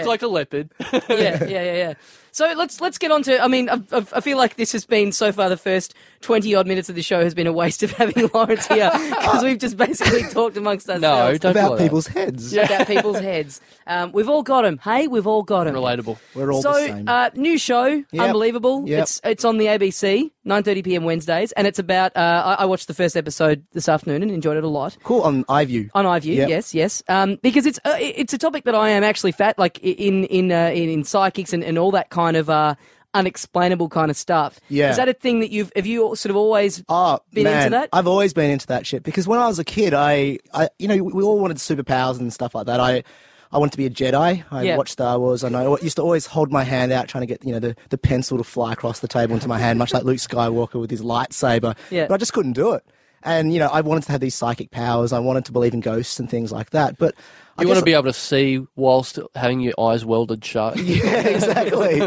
Speaker 1: Yeah.
Speaker 2: like a
Speaker 3: <laughs>
Speaker 2: leopard.
Speaker 1: yeah, yeah, yeah, yeah. So let's let's get on to. I mean, I, I I feel like this has been so far the first twenty odd minutes of the show has been a waste of having Lawrence
Speaker 3: <laughs>
Speaker 1: here because we've just basically talked amongst ourselves
Speaker 2: don't
Speaker 3: <laughs> About
Speaker 2: follow that.
Speaker 3: people's
Speaker 1: <laughs>
Speaker 3: heads.
Speaker 1: about people's heads. Um, we've all got them. Hey, we've all got them.
Speaker 2: Relatable.
Speaker 3: We're all
Speaker 1: so,
Speaker 3: the same.
Speaker 1: Uh, new show, unbelievable.
Speaker 3: Yep.
Speaker 1: It's it's on the ABC, nine thirty PM Wednesdays, and it's about. Uh, I, I watched the first episode this afternoon and enjoyed it a lot.
Speaker 3: cool on iView.
Speaker 1: On iView,
Speaker 3: Yep.
Speaker 1: yes, yes, um, because it's uh, it's a topic that I am actually fat like i- in in uh, in, in psychics and, and all that kind of uh, unexplainable kind of stuff.
Speaker 3: Yeah.
Speaker 1: is that a thing that you've have you sort of always?
Speaker 3: Oh,
Speaker 1: Been into
Speaker 3: man,
Speaker 1: that?
Speaker 3: I've always been into that shit because when I was a kid, I, I you know, we, we all wanted superpowers and stuff like that. I, I wanted to be a Jedi. I
Speaker 1: Yeah.
Speaker 3: watched Star Wars, and I al- used to always hold my hand out, trying to get you know the, the pencil to fly across the table into my hand, much like Luke Skywalker with his lightsaber.
Speaker 1: Yeah.
Speaker 3: But I just couldn't do it. And you know, I wanted to have these psychic powers. I wanted to believe in ghosts and things like that. But I
Speaker 2: You want
Speaker 3: guess-
Speaker 2: to be able to see whilst having your eyes welded shut.
Speaker 3: <laughs> yeah, exactly.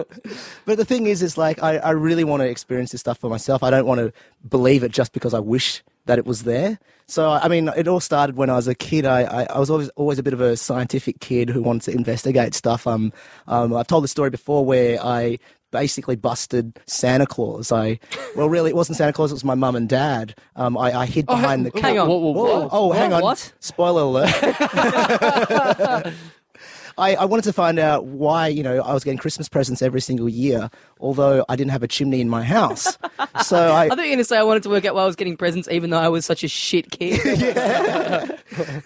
Speaker 3: but the thing is, it's like I, I really want to experience this stuff for myself. I don't want to believe it just because I wish that it was there. So I I mean, it all started when I was a kid. I, I, I was always always a bit of a scientific kid who wanted to investigate stuff. Um, um, I've told the story before where I basically busted Santa Claus. I well, really, it wasn't Santa Claus. It was my mum and dad. Um, I, I hid
Speaker 2: <laughs>
Speaker 3: behind the
Speaker 1: Oh, hang
Speaker 3: car-
Speaker 1: on.
Speaker 2: Whoa, whoa,
Speaker 3: Whoa,
Speaker 2: whoa.
Speaker 3: oh, hang on.
Speaker 1: What?
Speaker 3: Spoiler alert. <laughs> I, I wanted to find out why, you know, I was getting Christmas presents every single year, although I didn't have a chimney in my house. so I,
Speaker 1: I thought you were going to say I wanted to work out why I was getting presents, even though I was such a shit
Speaker 3: <laughs>
Speaker 1: kid.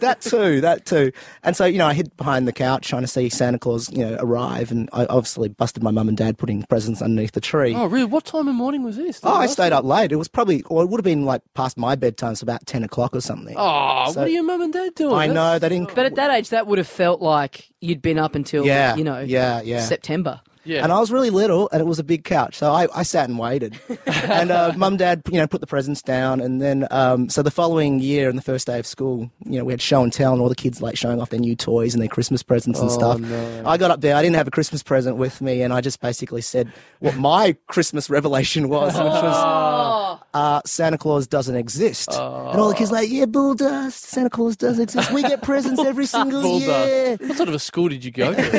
Speaker 3: that too, that too. And so, you know, I hid behind the couch trying to see Santa Claus, you know, arrive. And I obviously busted my mum and dad putting presents underneath the tree.
Speaker 2: Oh, really? What time of morning was this?
Speaker 3: Oh, I stayed up late. It was probably, or it would have been like past my bedtime, so about 10 o'clock or something.
Speaker 2: Oh,
Speaker 3: So-
Speaker 2: what are your mum and dad doing?
Speaker 3: I know,
Speaker 2: That's-
Speaker 3: they didn't.
Speaker 1: but at that age, that would have felt like you'd been up until
Speaker 3: yeah,
Speaker 1: you know
Speaker 3: yeah, yeah.
Speaker 1: September.
Speaker 2: Yeah.
Speaker 3: And I was really little, and it was a big couch, so I, I sat
Speaker 2: <laughs>
Speaker 3: and waited. and uh, mum, dad, you know, put the presents down, and then um, so the following year, on the first day of school, you know, we had show and tell, and all the kids like showing off their new toys and their Christmas presents
Speaker 2: Oh,
Speaker 3: and stuff. I got up there, I didn't have a Christmas present with me, and I just basically said what my Christmas revelation was, which was
Speaker 2: Oh.
Speaker 3: uh, Santa Claus doesn't exist. And all the kids like, yeah, bull dust, Santa Claus does exist. We get presents every
Speaker 2: <laughs>
Speaker 3: single
Speaker 2: Bull
Speaker 3: year.
Speaker 2: dust. What sort of a school did you go to?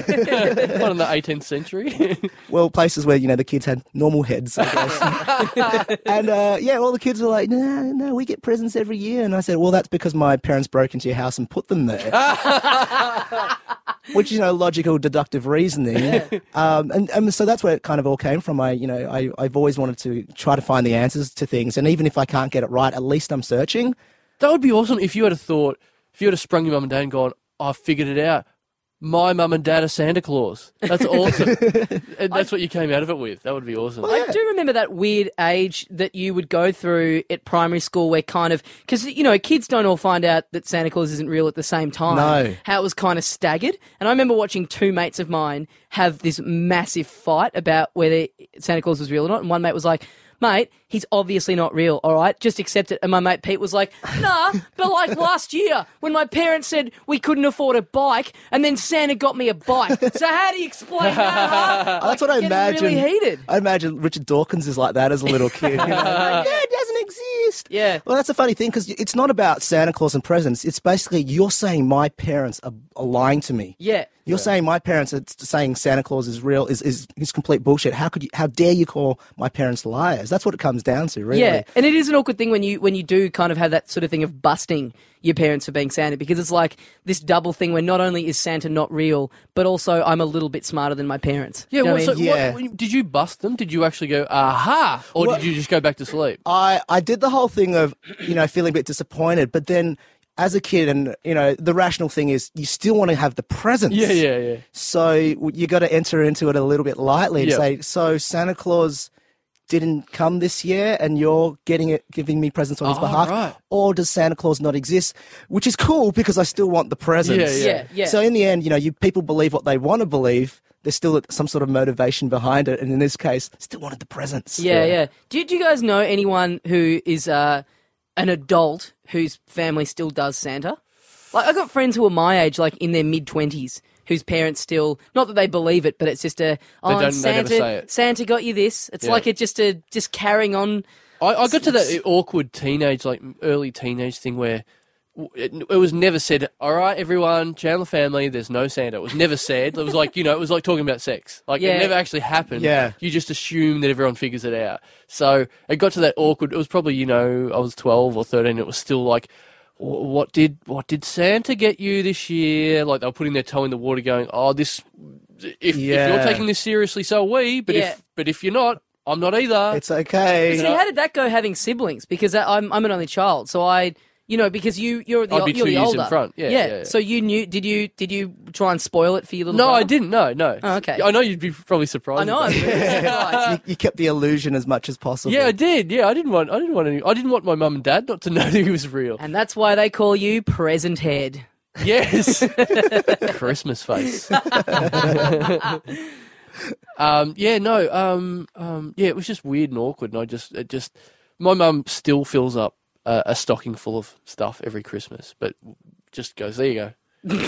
Speaker 2: Not in the 18th century. <laughs>
Speaker 3: well, places where you know the kids had normal heads, I guess. and uh, yeah, all the kids were like, "No, no, we get presents every year." And I said, "Well, that's because my parents broke into your house and put them there." Which you know, logical deductive reasoning, um, and, and so that's where it kind of all came from. I, you know, I, I've always wanted to try to find the answers to things, and even if I can't get it right, at least I'm searching.
Speaker 2: That would be awesome if you had a thought, if you had a sprung your mum and dad and gone, I figured it out. My mum and dad are Santa Claus. That's awesome. and that's what you came out of it with. That would be awesome.
Speaker 1: I do remember that weird age that you would go through at primary school where kind of because you know kids don't all find out that Santa Claus isn't real at the same time.
Speaker 3: No.
Speaker 1: how it was kind of staggered. And I remember watching two mates of mine have this massive fight about whether Santa Claus was real or not. And one mate was like. Mate, he's obviously not real, all right? Just accept it. And my mate Pete was like,
Speaker 3: <laughs>
Speaker 1: nah, but like last year when my parents said we couldn't afford a bike and then Santa got me a bike. So how do you explain that? huh?
Speaker 3: <laughs> That's what I
Speaker 1: Like,
Speaker 3: imagine.
Speaker 1: getting Really heated.
Speaker 3: I imagine Richard Dawkins is like that as
Speaker 1: <laughs>
Speaker 3: a little kid. He's like, "Oh, yeah, it doesn't exist.
Speaker 1: Yeah.
Speaker 3: Well, that's a funny thing because it's not about Santa Claus and presents. It's basically you're saying my parents are, are lying to me.
Speaker 1: Yeah.
Speaker 3: You're saying my parents are t- saying Santa Claus is real is, is is complete bullshit. How could you? How dare you call my parents liars? That's what it comes down to, really.
Speaker 1: Yeah, and it is an awkward thing when you when you do kind of have that sort of thing of busting your parents for being Santa because it's like this double thing where not only is Santa not real, but also I'm a little bit smarter than my parents.
Speaker 2: yeah,
Speaker 1: You know
Speaker 2: well,
Speaker 1: what I
Speaker 2: so
Speaker 1: mean?
Speaker 3: Yeah.
Speaker 2: What, did you bust them? Did you actually go, aha? Or
Speaker 3: Well-
Speaker 2: did you just go back to sleep?
Speaker 3: I, I did the whole thing of, you know, feeling a bit disappointed, but then as a kid, and, you know, the rational thing is you still want to have the presents.
Speaker 2: Yeah, yeah, yeah.
Speaker 3: So you got to enter into it a little bit lightly and
Speaker 2: Yeah.
Speaker 3: say, so Santa Claus didn't come this year and you're getting it giving me presents on his
Speaker 2: Oh,
Speaker 3: behalf
Speaker 2: right.
Speaker 3: or does santa claus not exist which is cool because i still want the presents
Speaker 2: Yeah, yeah.
Speaker 1: Yeah, yeah.
Speaker 3: so in the end you know you people believe what they want to believe there's still some sort of motivation behind it. And in this case, still wanted the presents.
Speaker 1: Yeah, yeah. Do you, do you guys know anyone who is uh, an adult whose family still does Santa? Like, I've got friends who are my age, like in their mid 20s, whose parents still, not that they believe it, but it's just a, oh,
Speaker 2: don't- they never
Speaker 1: Santa,
Speaker 2: say it."
Speaker 1: Santa got you this. It's like it just a, just carrying on.
Speaker 2: I, I got to that awkward teenage, like early teenage thing where w- it, it was never said. All right, everyone, channel family. There's no Santa. It was never said. It was like you know, it was like talking about sex. Like
Speaker 1: Yeah.
Speaker 2: it never actually happened.
Speaker 3: Yeah.
Speaker 2: you just assume that everyone figures it out. So it got to that awkward. It was probably you know I was twelve or thirteen. It was still like. "Wh- What did what did Santa get you this year? Like they were putting their toe in the water, going, "Oh, this if, if
Speaker 3: Yeah.
Speaker 2: you're taking this seriously, so are we. But
Speaker 1: Yeah.
Speaker 2: if but if you're not, I'm not either.
Speaker 3: It's okay.
Speaker 1: See, how did that go having siblings? Because I- I'm, I'm an only child, so I. You know, because you you're the
Speaker 2: I'd
Speaker 1: ol-
Speaker 2: be
Speaker 1: you're
Speaker 2: two
Speaker 1: the
Speaker 2: years in
Speaker 1: older.
Speaker 2: front. Yeah, yeah, yeah.
Speaker 1: So you knew? Did you did you try and spoil it for your little?
Speaker 2: No, I
Speaker 1: brother?
Speaker 2: didn't. No, no.
Speaker 1: Oh, okay.
Speaker 2: I know you'd be probably surprised.
Speaker 1: I know.
Speaker 2: at
Speaker 1: I'm
Speaker 2: that.
Speaker 1: really surprised.
Speaker 3: <laughs> you, you kept the illusion as much as
Speaker 2: <laughs>
Speaker 3: possible.
Speaker 2: Yeah, I did. Yeah, I didn't want. I didn't want any. I didn't want my mum and dad not to know that he
Speaker 1: <laughs>
Speaker 2: was real.
Speaker 1: <laughs> And that's why they call you present head. <laughs>
Speaker 2: Yes. Christmas face. um, yeah, no. Um, um, yeah, it was just weird and awkward, and I just, it just, my mum still fills up uh, a stocking full of stuff every Christmas, but just goes, "There you go."
Speaker 1: <laughs>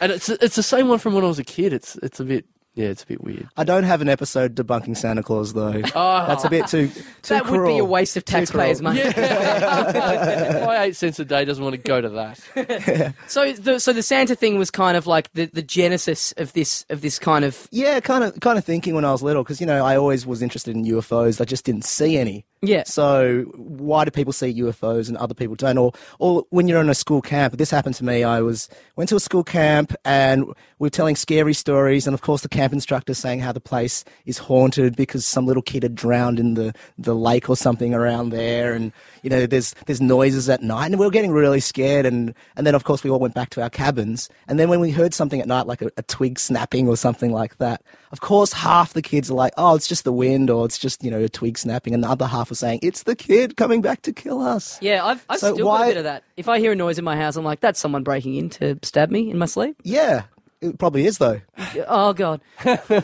Speaker 2: and it's it's the same one from when I was a kid. It's it's a bit, yeah, it's a bit weird.
Speaker 3: I don't have an episode debunking Santa Claus though.
Speaker 2: Oh,
Speaker 3: That's a bit too too
Speaker 1: <laughs> that
Speaker 3: cruel.
Speaker 1: would be a waste of taxpayers'
Speaker 2: <laughs>
Speaker 1: money.
Speaker 2: Yeah. My eight cents a day doesn't want to go to that.
Speaker 1: So, the, so the Santa thing was kind of like the, the genesis of this of this kind of
Speaker 3: Yeah, kind of kind of thinking when I was little because you know I always was interested in UFOs. I just didn't see any.
Speaker 1: yeah.
Speaker 3: So why do people see UFOs and other people don't? Or or when you're on a school camp, this happened to me. I was went to a school camp and we are telling scary stories, and of course the camp instructor saying how the place is haunted because some little kid had drowned in the, the lake or something around there, and you know there's there's noises at night, and we were getting really scared, and and then of course we all went back to our cabins, and then when we heard something at night like a, a twig snapping or something like that, of course half the kids are like, oh it's just the wind or it's just you know a twig snapping, and the other half was saying it's the kid coming back to kill us.
Speaker 1: Yeah, I've, I've
Speaker 3: So
Speaker 1: still got
Speaker 3: why-
Speaker 1: a bit of that. If I hear a noise in my house, I'm like, that's someone breaking in to stab me in my sleep.
Speaker 3: Yeah, it probably is though.
Speaker 1: Oh,
Speaker 2: <laughs>
Speaker 1: God.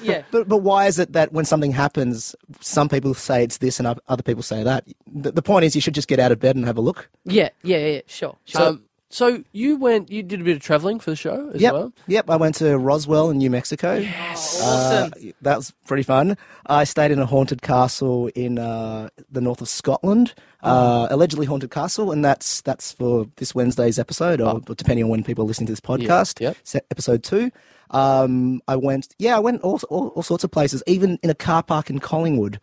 Speaker 1: yeah.
Speaker 3: But but why is it that when something happens, some people say it's this and oth- other people say that? The, the point is, you should just get out of bed and have a look.
Speaker 1: Yeah, yeah, yeah, sure. sure.
Speaker 2: <laughs> Um, so you went, you did a bit of traveling for the show as
Speaker 3: Yep,
Speaker 2: well.
Speaker 3: yep. I went to Roswell in New Mexico. Yes, that was pretty fun. I stayed in a haunted castle in uh, the north of Scotland,
Speaker 2: Mm.
Speaker 3: uh, allegedly haunted castle, and that's that's for this Wednesday's episode, or depending on when people are listening to this podcast.
Speaker 2: Oh. yep.
Speaker 3: se- episode two. Um, I went, yeah, I went all, all, all sorts of places, even in a car park in Collingwood.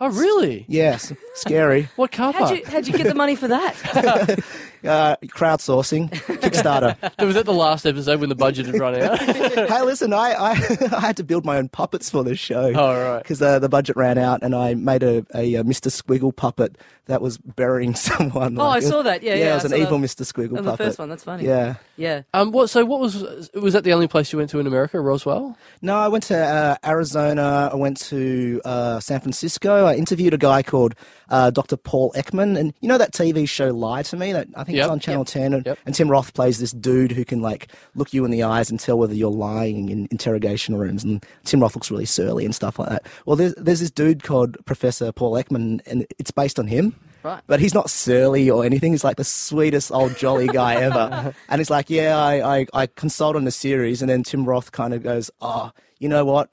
Speaker 2: Oh, really?
Speaker 3: Yes, scary.
Speaker 2: <laughs> What car
Speaker 1: how'd,
Speaker 2: park?
Speaker 1: you, how'd you get the money for
Speaker 3: <laughs>
Speaker 1: that?
Speaker 3: Uh, crowdsourcing,
Speaker 2: <laughs>
Speaker 3: Kickstarter.
Speaker 2: Was that the last episode when the budget had run out?
Speaker 3: hey, listen, I, I, <laughs> I had to build my own puppets for this show.
Speaker 2: Oh, right.
Speaker 3: Because uh, the budget ran out and I made a, a, uh Mr. Squiggle puppet that was burying <laughs> someone.
Speaker 1: Oh, I
Speaker 3: it was-
Speaker 1: saw that. Yeah, yeah,
Speaker 3: it
Speaker 1: I
Speaker 3: was an
Speaker 1: saw that
Speaker 3: evil Mr. Squiggle
Speaker 1: on the
Speaker 3: puppet.
Speaker 1: first one. That's funny.
Speaker 3: Yeah.
Speaker 1: Yeah.
Speaker 2: um, what? So what was? Was that the only place you went to in America, Roswell?
Speaker 3: No, I went to uh, Arizona. I went to uh, San Francisco. I interviewed a guy called uh, Dr. Paul Ekman, and you know that TV show "Lie to Me." That I think
Speaker 2: Yep.
Speaker 3: it's on Channel Ten, and,
Speaker 2: Yep.
Speaker 3: and Tim Roth plays this dude who can like look you in the eyes and tell whether you're lying in interrogation rooms. And Tim Roth looks really surly and stuff like that. Well, there's there's this dude called Professor Paul Ekman, and it's based on him.
Speaker 1: Right.
Speaker 3: But he's not surly or anything. He's like the sweetest old jolly
Speaker 1: <laughs>
Speaker 3: guy ever. and it's like, yeah, I, I, I consult on the series. And then Tim Roth kind of goes, oh, you know what?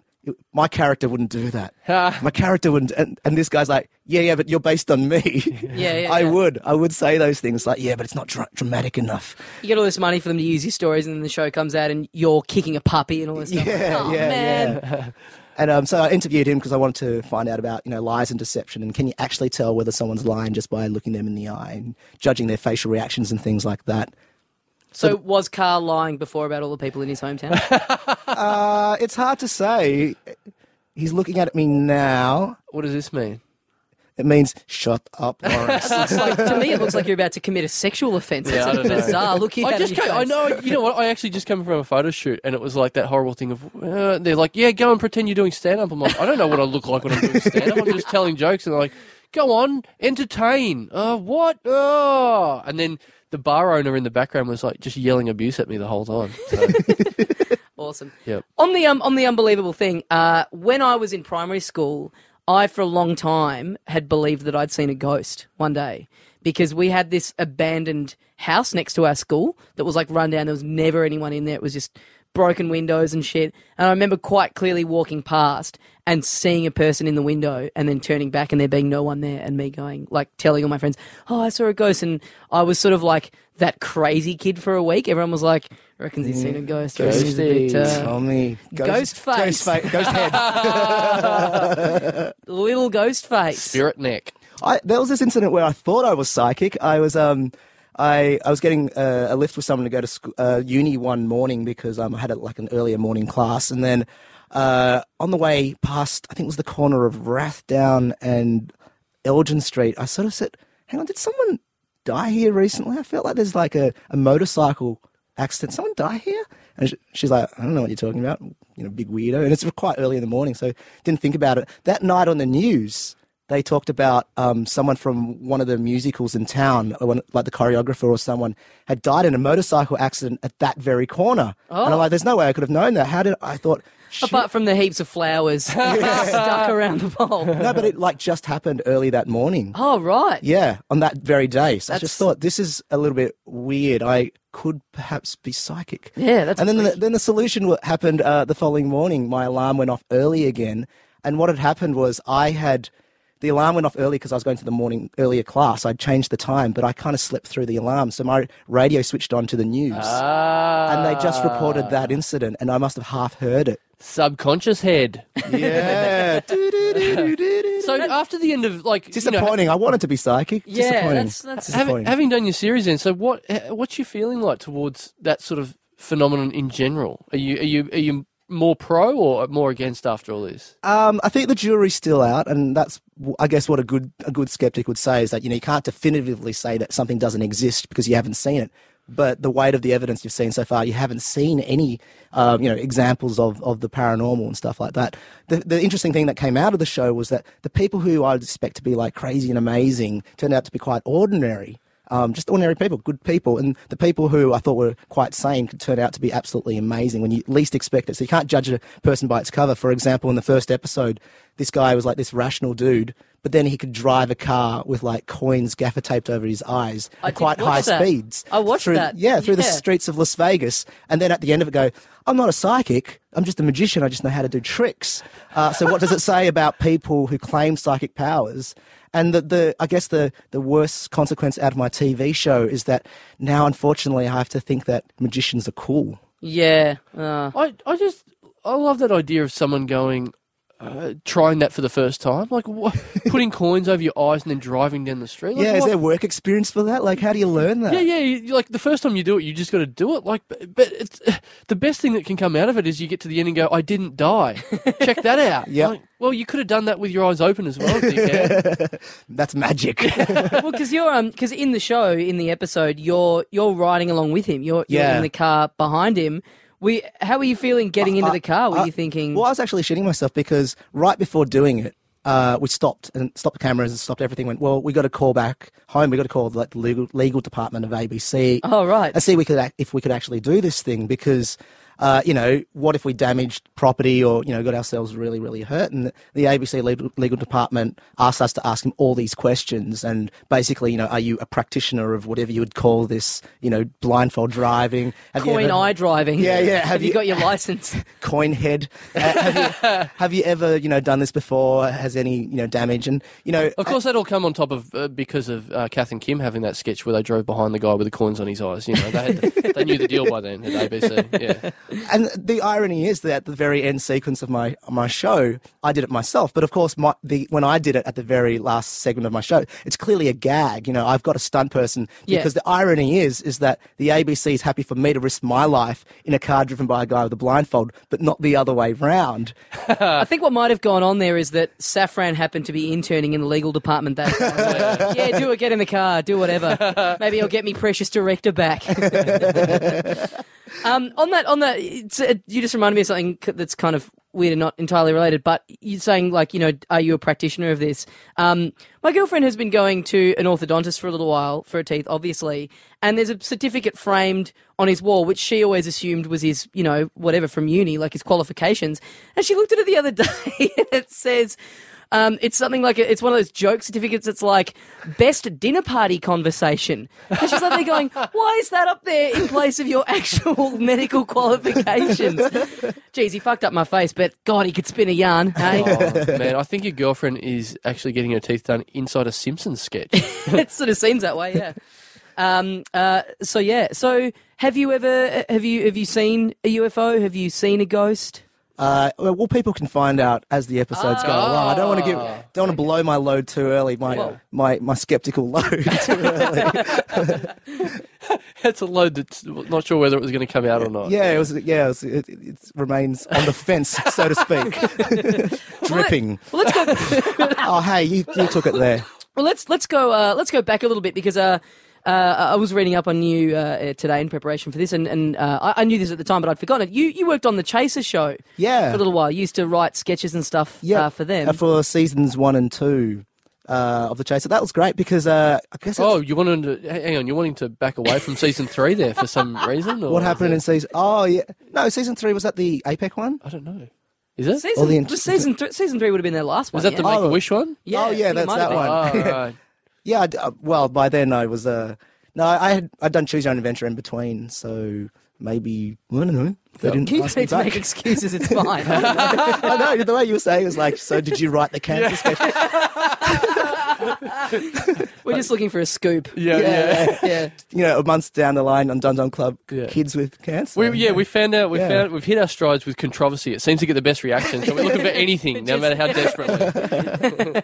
Speaker 3: My character wouldn't
Speaker 1: <laughs>
Speaker 3: do that. My character wouldn't. And, and this guy's like, yeah, yeah, but you're based on me.
Speaker 1: <laughs> Yeah, yeah,
Speaker 3: <laughs> I
Speaker 1: yeah.
Speaker 3: would. I would say those things like, yeah, but it's not dra- dramatic enough.
Speaker 1: You get all this money for them to use your stories, and then the show comes out, and you're kicking a puppy and all this stuff.
Speaker 3: Yeah,
Speaker 1: oh,
Speaker 3: yeah,
Speaker 1: man.
Speaker 3: yeah. And um, so I interviewed him because I wanted to find out about you know lies and deception, and can you actually tell whether someone's lying just by looking them in the eye and judging their facial reactions and things like that.
Speaker 1: So, was Carl lying before about all the people in his hometown?
Speaker 3: Uh, it's hard to say. He's looking at me now.
Speaker 2: What does this mean?
Speaker 3: It means shut up, Lawrence.
Speaker 1: It's like, to me, it looks like you're about to commit a sexual offence.
Speaker 2: Yeah, I
Speaker 1: It's
Speaker 2: don't know.
Speaker 1: bizarre. Look at
Speaker 2: I
Speaker 1: that
Speaker 2: just
Speaker 1: in your
Speaker 2: came, I
Speaker 1: face.
Speaker 2: know you know what I actually just came from a photo shoot and it was like that horrible thing of uh, they're like yeah go and pretend you're doing stand up I'm like I don't know what I look like when I'm doing stand up I'm just telling jokes and they're like go on entertain uh what oh and then the bar owner in the background was like just yelling abuse at me the whole time so,
Speaker 1: Awesome.
Speaker 2: Yep.
Speaker 1: On the um, on the unbelievable thing, uh, when I was in primary school, I for a long time had believed that I'd seen a ghost one day because we had this abandoned house next to our school that was like run down. There was never anyone in there. It was just broken windows and shit. And I remember quite clearly walking past and seeing a person in the window and then turning back and there being no one there and me going like telling all my friends, "Oh, I saw a ghost." And I was sort of like that crazy kid for a week. Everyone was like, "Reckons he's seen a ghost." or he's a bit, uh,
Speaker 3: Tommy.
Speaker 1: Ghost face.
Speaker 3: Ghost face. Ghost head.
Speaker 1: little ghost face.
Speaker 2: Spirit neck.
Speaker 3: I, there was this incident where I thought I was psychic. I was um, I I was getting uh, a lift with someone to go to school, uh, uni one morning because um, I had a, like an earlier morning class, and then uh, on the way past, I think it was the corner of Rathdown and Elgin Street. I sort of said, "Hang on, did someone die here recently? I felt like there's like a, a motorcycle accident. Did Someone die here?" And sh she's like, "I don't know what you're talking about." You know, big weirdo, and it's quite early in the morning, so didn't think about it. That night on the news, they talked about um, someone from one of the musicals in town, or one, like the choreographer or someone, had died in a motorcycle accident at that very corner. And I'm like, there's no way I could have known that. How did I thought? Shit.
Speaker 1: Apart from the heaps of flowers
Speaker 3: <laughs>
Speaker 1: stuck around the pole.
Speaker 3: no, but it like just happened early that morning.
Speaker 1: Oh right.
Speaker 3: Yeah, on that very day. So I
Speaker 1: That's-
Speaker 3: just thought this is a little bit weird. I could perhaps be psychic.
Speaker 1: Yeah, that's
Speaker 3: and then the, then the solution wa- happened uh, the following morning. My alarm went off early again, and what had happened was I had the alarm went off early because I was going to the morning earlier class. I'd changed the time, but I kind of slept through the alarm, so my radio switched on to the news,
Speaker 2: Ah.
Speaker 3: and they just reported that
Speaker 1: Ah.
Speaker 3: incident, and I must have half heard it.
Speaker 2: Subconscious head.
Speaker 3: <laughs> Yeah.
Speaker 1: <laughs>
Speaker 3: Do-do-do-do-do-do.
Speaker 2: So after the end of like you know,
Speaker 3: Disappointing. I wanted to be psychic.
Speaker 1: Yeah,
Speaker 3: Disappointing.
Speaker 1: that's- that's-
Speaker 2: having,
Speaker 3: disappointing.
Speaker 2: having done your series then, so what h- what's your feeling like towards that sort of phenomenon in general? Are you are you are you more pro or more against after all this?
Speaker 3: Um, I think the jury's still out, and that's, w- I guess, what a good a good skeptic would say is that you know you can't definitively say that something doesn't exist because you haven't seen it. But the weight of the evidence you've seen so far, you haven't seen any, um, you know, examples of, of the paranormal and stuff like that. The, the interesting thing that came out of the show was that the people who I'd expect to be like crazy and amazing turned out to be quite ordinary, um, just ordinary people, good people, and the people who I thought were quite sane could turn out to be absolutely amazing when you least expect it. So you can't judge a person by its cover. For example, in the first episode, this guy was like this rational dude, but then he could drive a car with like coins gaffer taped over his eyes
Speaker 1: I
Speaker 3: at
Speaker 1: did
Speaker 3: quite
Speaker 1: watch
Speaker 3: high
Speaker 1: that.
Speaker 3: speeds.
Speaker 1: I watched
Speaker 3: through,
Speaker 1: that.
Speaker 3: Yeah, through the
Speaker 1: Yeah.
Speaker 3: streets of Las Vegas, and then at the end of it, go, "I'm not a psychic. I'm just a magician. I just know how to do tricks." Uh, so what does it say about people who claim psychic powers? And the, the I guess the the worst consequence out of my TV show is that now, unfortunately, I have to think that magicians are cool.
Speaker 1: Yeah. Uh,
Speaker 2: I I just I love that idea of someone going uh, trying that for the first time, like <laughs> what, putting coins over your eyes and then driving down the street. Like,
Speaker 3: Yeah, is
Speaker 2: what-
Speaker 3: there work experience for that? Like, how do you learn that?
Speaker 2: Yeah, yeah. You, you- like the first time you do it, you just got to do it. Like, but, but it's <sighs> the best thing that can come out of it is you get to the end and go, "I didn't <laughs> die." Check that out.
Speaker 3: Yep.
Speaker 2: Like, well, you could have done that with your eyes open as well. dickhead.
Speaker 3: That's magic.
Speaker 1: well, because you're um, because in the show, in the episode, you're you're riding along with him. You're, you're
Speaker 3: Yeah.
Speaker 1: in the car behind him. We, how were you feeling getting into the car? Were you thinking?
Speaker 3: Uh, Well, I was actually shitting myself because right before doing it, uh, we stopped and stopped the cameras and stopped everything. Went well. We got to call back home. We got to call like the legal, legal department of ABC.
Speaker 1: Oh, right.
Speaker 3: And see we could act, if we could actually do this thing because. Uh, you know, what if we damaged property or, you know, got ourselves really, really hurt? And the, the ABC legal, legal department asked us to ask him all these questions. And basically, you know, are you a practitioner of whatever you would call this, you know, blindfold driving? Have you
Speaker 1: Coin
Speaker 3: ever-
Speaker 1: eye driving.
Speaker 3: Yeah, yeah,
Speaker 1: Have,
Speaker 3: have
Speaker 1: you,
Speaker 3: you- <laughs>
Speaker 1: got your license?
Speaker 3: coin head. <laughs> Uh, have, you, have you ever, you know, done this before? Has any, you know, damage? And you know,
Speaker 2: of course, that all come on top of uh, because of uh, Kath and Kim having that sketch where they drove behind the guy with the coins on his eyes. You know, they, had, they knew the deal by then at ABC.
Speaker 3: <laughs>
Speaker 2: Yeah.
Speaker 3: and the irony is that at the very end sequence of my my show, I did it myself. But of course, my, the when I did it at the very last segment of my show, it's clearly a gag. You know, I've got a stunt person
Speaker 1: Yeah.
Speaker 3: because the irony is is that the ABC is happy for me to risk my life in a car driven by a guy with a blindfold, but not the other way round.
Speaker 1: I think what might have gone on there is that Safran happened to be interning in the legal department
Speaker 3: <laughs>
Speaker 1: that day. yeah, do it. Get in the car. Do whatever. Maybe I'll get me precious director back. um, on that, on that uh, it's, uh, you just reminded me of something c- that's kind of weird and not entirely related. But you're saying like, you know, are you a practitioner of this? Um, my girlfriend has been going to an orthodontist for a little while for her teeth, obviously, and there's a certificate framed on his wall, which she always assumed was his, you know, whatever from uni, like his qualifications. And she looked at it the other <laughs> day, and it says. Um, it's something like it's one of those joke certificates. It's like best dinner party conversation. And she's like, they're going, why is that up there in place of your actual <laughs> medical qualifications? Jeez, he fucked up my face, but God, he could spin a yarn. Hey,
Speaker 2: <laughs> Oh, man, I think your girlfriend is actually getting her teeth done inside a Simpsons sketch. <laughs>
Speaker 1: it sort of seems that way, yeah. Um, uh, so yeah, so have you ever have you have you seen a UFO? Have you seen a ghost?
Speaker 3: Uh, well, well, people can find out as the episodes go along. I don't want to give, don't want to blow my load too early. My my my skeptical <laughs> load too early.
Speaker 2: That's a load that's not sure whether it was going to come out or not.
Speaker 3: yeah, it was. Yeah, it, was, it, it remains on the fence, so
Speaker 1: <laughs>
Speaker 3: to speak, <laughs> dripping.
Speaker 1: Well, let's go.
Speaker 3: Oh, hey, you, you took it there.
Speaker 1: Well, let's let's go uh, let's go back a little bit because uh, uh, I was reading up on you uh, today in preparation for this, and and uh, I, I knew this at the time, but I'd forgotten it. You you worked on the Chaser show
Speaker 3: Yeah.
Speaker 1: for a little while. You used to write sketches and stuff
Speaker 3: Yeah,
Speaker 1: uh, for them.
Speaker 3: uh, for seasons one and two uh, of the Chaser. That was great because uh, I guess it's-
Speaker 2: Oh, you wanted to hang on. You're wanting to back away from season three there for some reason. Or
Speaker 3: what happened in season? Oh, yeah, no, season three was that the APEC one?
Speaker 2: I don't know. Is it?
Speaker 1: season,
Speaker 3: all the
Speaker 1: was
Speaker 3: int-
Speaker 1: season three, season three would have been their last
Speaker 2: Was
Speaker 1: one.
Speaker 2: that the
Speaker 1: yeah.
Speaker 2: Make
Speaker 3: Oh.
Speaker 2: a Wish one?
Speaker 1: Yeah,
Speaker 3: Oh,
Speaker 1: I
Speaker 3: <laughs> yeah,
Speaker 1: think it
Speaker 3: that's
Speaker 1: might
Speaker 3: that
Speaker 1: have been.
Speaker 3: one.
Speaker 2: Oh, right.
Speaker 3: <laughs> Yeah, I d- uh, well, by then I was uh, no, I had I'd done Choose Your Own Adventure in between, so maybe I don't know. They didn't
Speaker 1: <laughs> You
Speaker 3: ask
Speaker 1: don't
Speaker 3: me
Speaker 1: need to make
Speaker 3: back.
Speaker 1: excuses. It's fine.
Speaker 3: <laughs> I know the way you were saying it was like. So did you write
Speaker 2: <laughs>
Speaker 3: the cancer sketch?
Speaker 1: We're just looking for a scoop.
Speaker 2: Yeah, yeah.
Speaker 1: yeah.
Speaker 3: You know, months down the line on Dun Dun Club,
Speaker 2: Yeah.
Speaker 3: kids with cancer.
Speaker 2: We, yeah, we found out. We
Speaker 3: Yeah.
Speaker 2: found we've hit our strides with controversy. It seems to get the best reaction. So we're
Speaker 3: <laughs>
Speaker 2: looking for anything, no matter how desperately.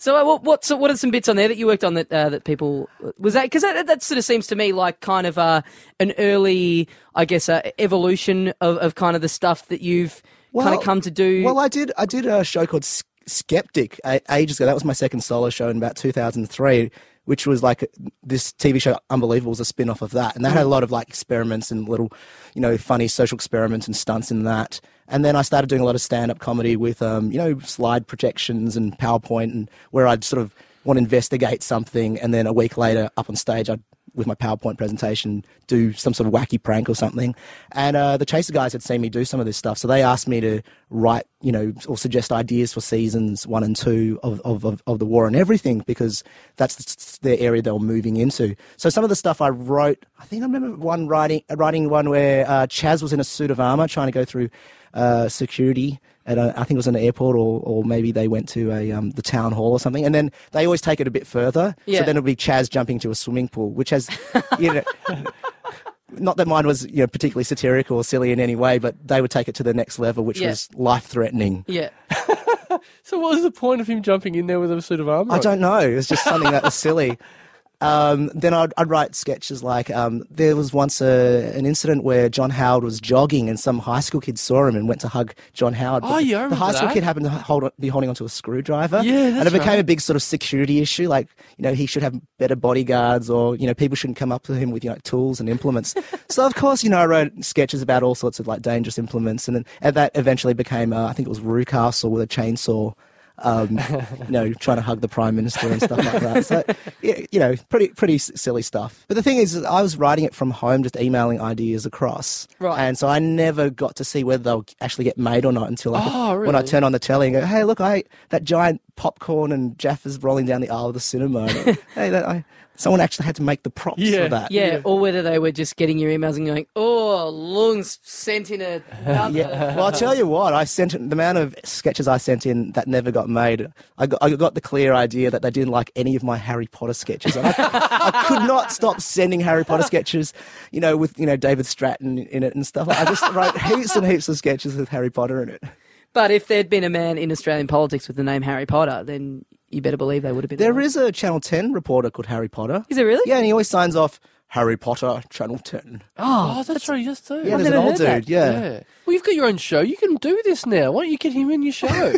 Speaker 1: So uh, what what so what are some bits on there that you worked on that uh, that people was that because that, that sort of seems to me like kind of uh, an early I guess uh, evolution of, of kind of the stuff that you've kind
Speaker 3: Well-
Speaker 1: of come to do.
Speaker 3: Well, I did. I did a show called S- Skeptic a- ages ago. That was my second solo show in about 2003, which was like this TV show Unbelievable was a spin off of that, and they had a lot of like experiments and little, you know, funny social experiments and stunts in that. And then I started doing a lot of stand up comedy with, um, you know, slide projections and PowerPoint, and where I'd sort of want to investigate something, and then a week later, up on stage, I'd with my PowerPoint presentation, do some sort of wacky prank or something. And uh, the Chaser guys had seen me do some of this stuff, so they asked me to write, you know, or suggest ideas for seasons one and two of of, of, of the war and everything because that's the, s- the area they were moving into. So some of the stuff I wrote, I think I remember one writing writing one where uh, Chaz was in a suit of armor trying to go through uh, security at a, I think it was an airport or, or maybe they went to a um, the town hall or something. And then they always take it a bit further.
Speaker 1: Yeah.
Speaker 3: So then it'll be Chaz jumping to a swimming pool, which has, you know, <laughs> not that mine was you know particularly satirical or silly in any way, but they would take it to the next level, which
Speaker 1: Yeah.
Speaker 3: was life threatening.
Speaker 1: yeah.
Speaker 2: So what was the point of him jumping in there with a suit of armor?
Speaker 3: I
Speaker 2: on?
Speaker 3: don't know. It was just something that was silly. Um, then I'd, I'd write sketches like um, there was once a, an incident where John Howard was jogging and some high school kid saw him and went to hug John Howard. but
Speaker 2: Oh, yeah, I
Speaker 3: the
Speaker 2: remember
Speaker 3: high school
Speaker 2: that.
Speaker 3: kid happened to hold on- be holding onto a screwdriver.
Speaker 2: Yeah,
Speaker 3: and
Speaker 2: that's
Speaker 3: it became
Speaker 2: right.
Speaker 3: a big sort of security issue. Like you know he should have better bodyguards or you know people shouldn't come up to him with you know tools
Speaker 2: <laughs>
Speaker 3: and implements. so of course you know I wrote sketches about all sorts of like dangerous implements and then and that eventually became uh, I think it was Rue Castle with a chainsaw um, you know, trying to hug the prime minister and stuff like that. So, yeah, you know, pretty pretty s- silly stuff. But the thing is, I was writing it from home, just emailing ideas across,
Speaker 1: Right.
Speaker 3: And so I never got to see whether they'll actually get made or not until like,
Speaker 2: Oh,
Speaker 3: when I
Speaker 2: really?
Speaker 3: turn on the telly and go, "Hey, look, I ate that giant popcorn and Jaffa's rolling down the aisle of the cinema."
Speaker 2: <laughs>
Speaker 3: And, hey, that, I, someone actually had to make the props
Speaker 2: Yeah.
Speaker 3: for that.
Speaker 1: Yeah, or whether they were just getting your emails and going, "Oh, lungs sent in
Speaker 3: <laughs>
Speaker 1: a <laughs>
Speaker 3: Yeah. Well, I'll tell you what, I sent the amount of sketches I sent in that never got made. I got, I got the clear idea that they didn't like any of my Harry Potter sketches. And I, I could not stop sending Harry Potter sketches, you know, with, you know, David Stratton in it and stuff. I just wrote heaps and heaps of sketches with Harry Potter in it.
Speaker 1: But if there'd been a man in Australian politics with the name Harry Potter, then you better believe they would have been.
Speaker 3: There is a Channel 10 reporter called Harry Potter.
Speaker 1: Is there really?
Speaker 3: Yeah, and he always signs off Harry Potter, Channel 10.
Speaker 2: Oh, that's, right. He does too.
Speaker 3: Yeah,
Speaker 1: I've
Speaker 3: there's an
Speaker 1: never
Speaker 3: old dude.
Speaker 1: heard that.
Speaker 3: Yeah.
Speaker 2: Well, you've got your own show. You can do this now. Why don't you get him in your
Speaker 3: <laughs>
Speaker 2: show?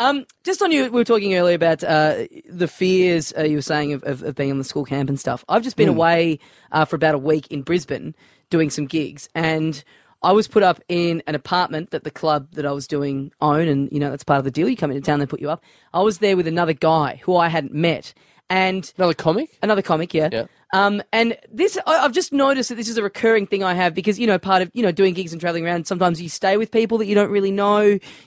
Speaker 1: Um, just on you, we were talking earlier about uh, the fears uh, you were saying of, of, of being on the school camp and stuff. I've just been away uh, for about a week in Brisbane doing some gigs, and I was put up in an apartment that the club that I was doing own, and you know that's part of the deal. You come into town, they put you up. I was there with another guy who I hadn't met, and
Speaker 2: Another comic?
Speaker 1: another comic, yeah.
Speaker 2: Yeah.
Speaker 1: Um, and this, I, I've just noticed that this is a recurring thing I have because you know, part of you know doing gigs and traveling around, sometimes you stay with people that you don't really know.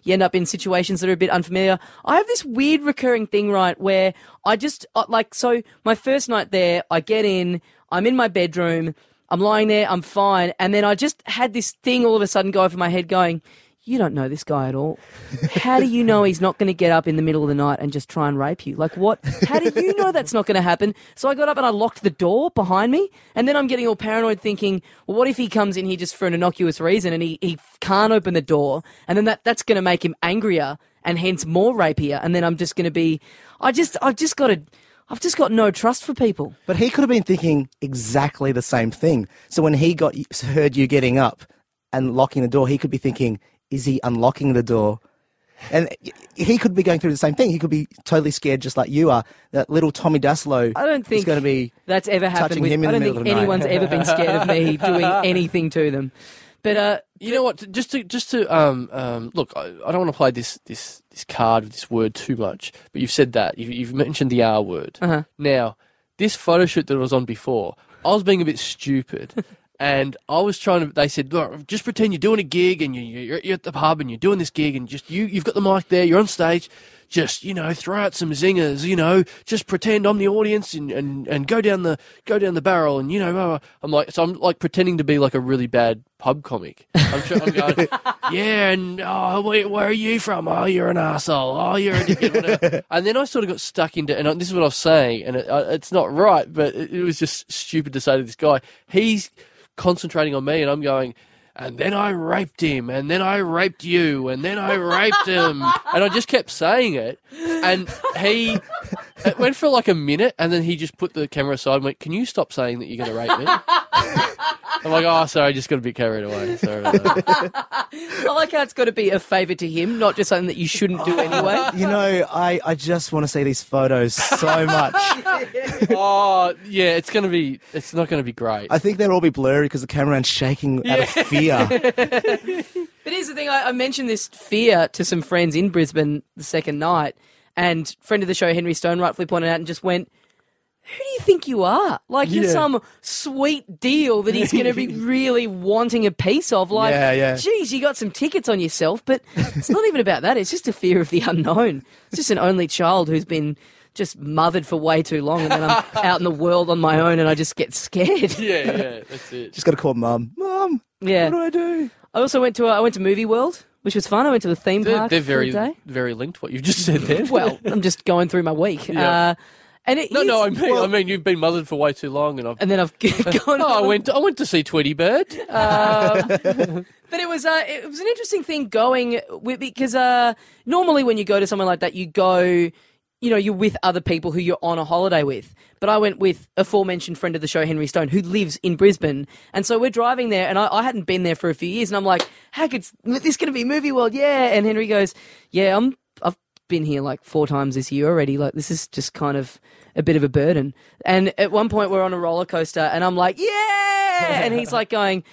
Speaker 1: You end up in situations that are a bit unfamiliar. I have this weird recurring thing, right, where I just uh, like so. My first night there, I get in, I'm in my bedroom, I'm lying there, I'm fine, and then I just had this thing all of a sudden go over my head, going. You don't know this guy at all. How do you know he's not going to get up in the middle of the night and just try and rape you? Like, what? How do you know that's not going to happen? So I got up and I locked the door behind me. And then I'm getting all paranoid thinking, well, what if he comes in here just for an innocuous reason and he, he can't open the door? And then that, that's going to make him angrier and hence more rapier. And then I'm just going to be, I just, I've just got to, I've just got no trust for people.
Speaker 3: But he could have been thinking exactly the same thing. So when he got heard you getting up and locking the door, he could be thinking, "Is he unlocking the door?" And he could be going through the same thing. He could be totally scared, just like you are. That little Tommy Daslow.
Speaker 1: I don't think
Speaker 3: is going to be.
Speaker 1: that's ever happened.
Speaker 3: touching
Speaker 1: With,
Speaker 3: him in
Speaker 1: I
Speaker 3: the
Speaker 1: don't
Speaker 3: middle
Speaker 1: think
Speaker 3: of the night.
Speaker 1: anyone's ever been scared of me
Speaker 3: <laughs>
Speaker 1: doing anything to them. But, uh,
Speaker 2: You know what? Just to just to um, um, look, I, I don't want to play this this this card with this word too much, but you've said that you, you've mentioned the R word.
Speaker 1: Uh-huh.
Speaker 2: Now, this photo shoot that I was on before, I was being a bit stupid, and I was trying to. They said, "Look, just pretend you're doing a gig and you, you're, you're at the pub and you're doing this gig and just you you've got the mic there, you're on stage." Just you know, throw out some zingers. You know, just pretend I'm the audience and, and, and go down the go down the barrel and you know, blah, blah. I'm like so I'm like pretending to be like a really bad pub comic. I'm, tr- I'm going, yeah, and oh, where, where are you from? Oh, you're an asshole. Oh, you're a dickhead. whatever." and then I sort of got stuck into, and I- this is what I was saying, and it, I, it's not right, but it, it was just stupid to say to this guy. He's concentrating on me, and I'm going. And then I raped him, and then I raped you, and then I raped him, and I just kept saying it. And he, it went for like a minute, and then he just put the camera aside and went, "Can you stop saying that you're going to rape me?" I'm like, "Oh, sorry, I just got a bit carried away. Sorry about that."
Speaker 1: I like how it's got to be a favour to him, not just something that you shouldn't
Speaker 3: <laughs>
Speaker 1: do anyway.
Speaker 3: You know, I, I just want to see these photos so
Speaker 1: <laughs>
Speaker 3: much.
Speaker 2: Oh yeah, it's gonna be. It's not gonna be great.
Speaker 3: I think they'll all be blurry because the cameraman's shaking out
Speaker 1: <laughs>
Speaker 3: of fear.
Speaker 1: But here's the thing: I, I mentioned this fear to some friends in Brisbane the second night, and friend of the show Henry Stone rightfully pointed out and just went, "Who do you think you are? Like you're
Speaker 2: Yeah.
Speaker 1: some sweet deal that he's going to
Speaker 3: <laughs>
Speaker 1: be really wanting a piece of. Like,
Speaker 3: Yeah, yeah.
Speaker 1: geez, you got some tickets on yourself, but it's not even about that. It's just a fear of the unknown. It's just an only child who's been." Just mothered for way too long, and then
Speaker 3: <laughs>
Speaker 1: I'm out in the world on my own, and I just get scared. <laughs>
Speaker 2: yeah, yeah, that's it.
Speaker 3: Just got to call mum. Mum,
Speaker 1: Yeah.
Speaker 3: what do I do?
Speaker 1: I also went to uh, I went to Movie World, which was fun. I went to the theme
Speaker 2: They're,
Speaker 1: park.
Speaker 2: they're
Speaker 1: for
Speaker 2: very,
Speaker 1: a
Speaker 2: <laughs>
Speaker 1: day.
Speaker 2: very linked. What you've just said there.
Speaker 1: Well, <laughs> I'm just going through my week.
Speaker 2: Yeah.
Speaker 1: Uh, and it
Speaker 2: no,
Speaker 1: is-
Speaker 2: no, I mean, I mean, you've been mothered for way too long, and I've.
Speaker 1: and then I've <laughs>
Speaker 2: <laughs>
Speaker 1: gone.
Speaker 2: Oh, I went. I went to see Tweety Bird.
Speaker 1: But it was uh, it was an interesting thing going with, because uh, normally when you go to somewhere like that, you go, you know, you're with other people who you're on a holiday with. But I went with aforementioned friend of the show, Henry Stone, who lives in Brisbane, and so we're driving there, and I, I hadn't been there for a few years, and I'm like, heck, it's this going to be movie world, yeah. And Henry goes, yeah, I'm I've been here like four times this year already. Like this is just kind of a bit of a burden. And at one point we're on a roller coaster and I'm like, yeah. And he's like going,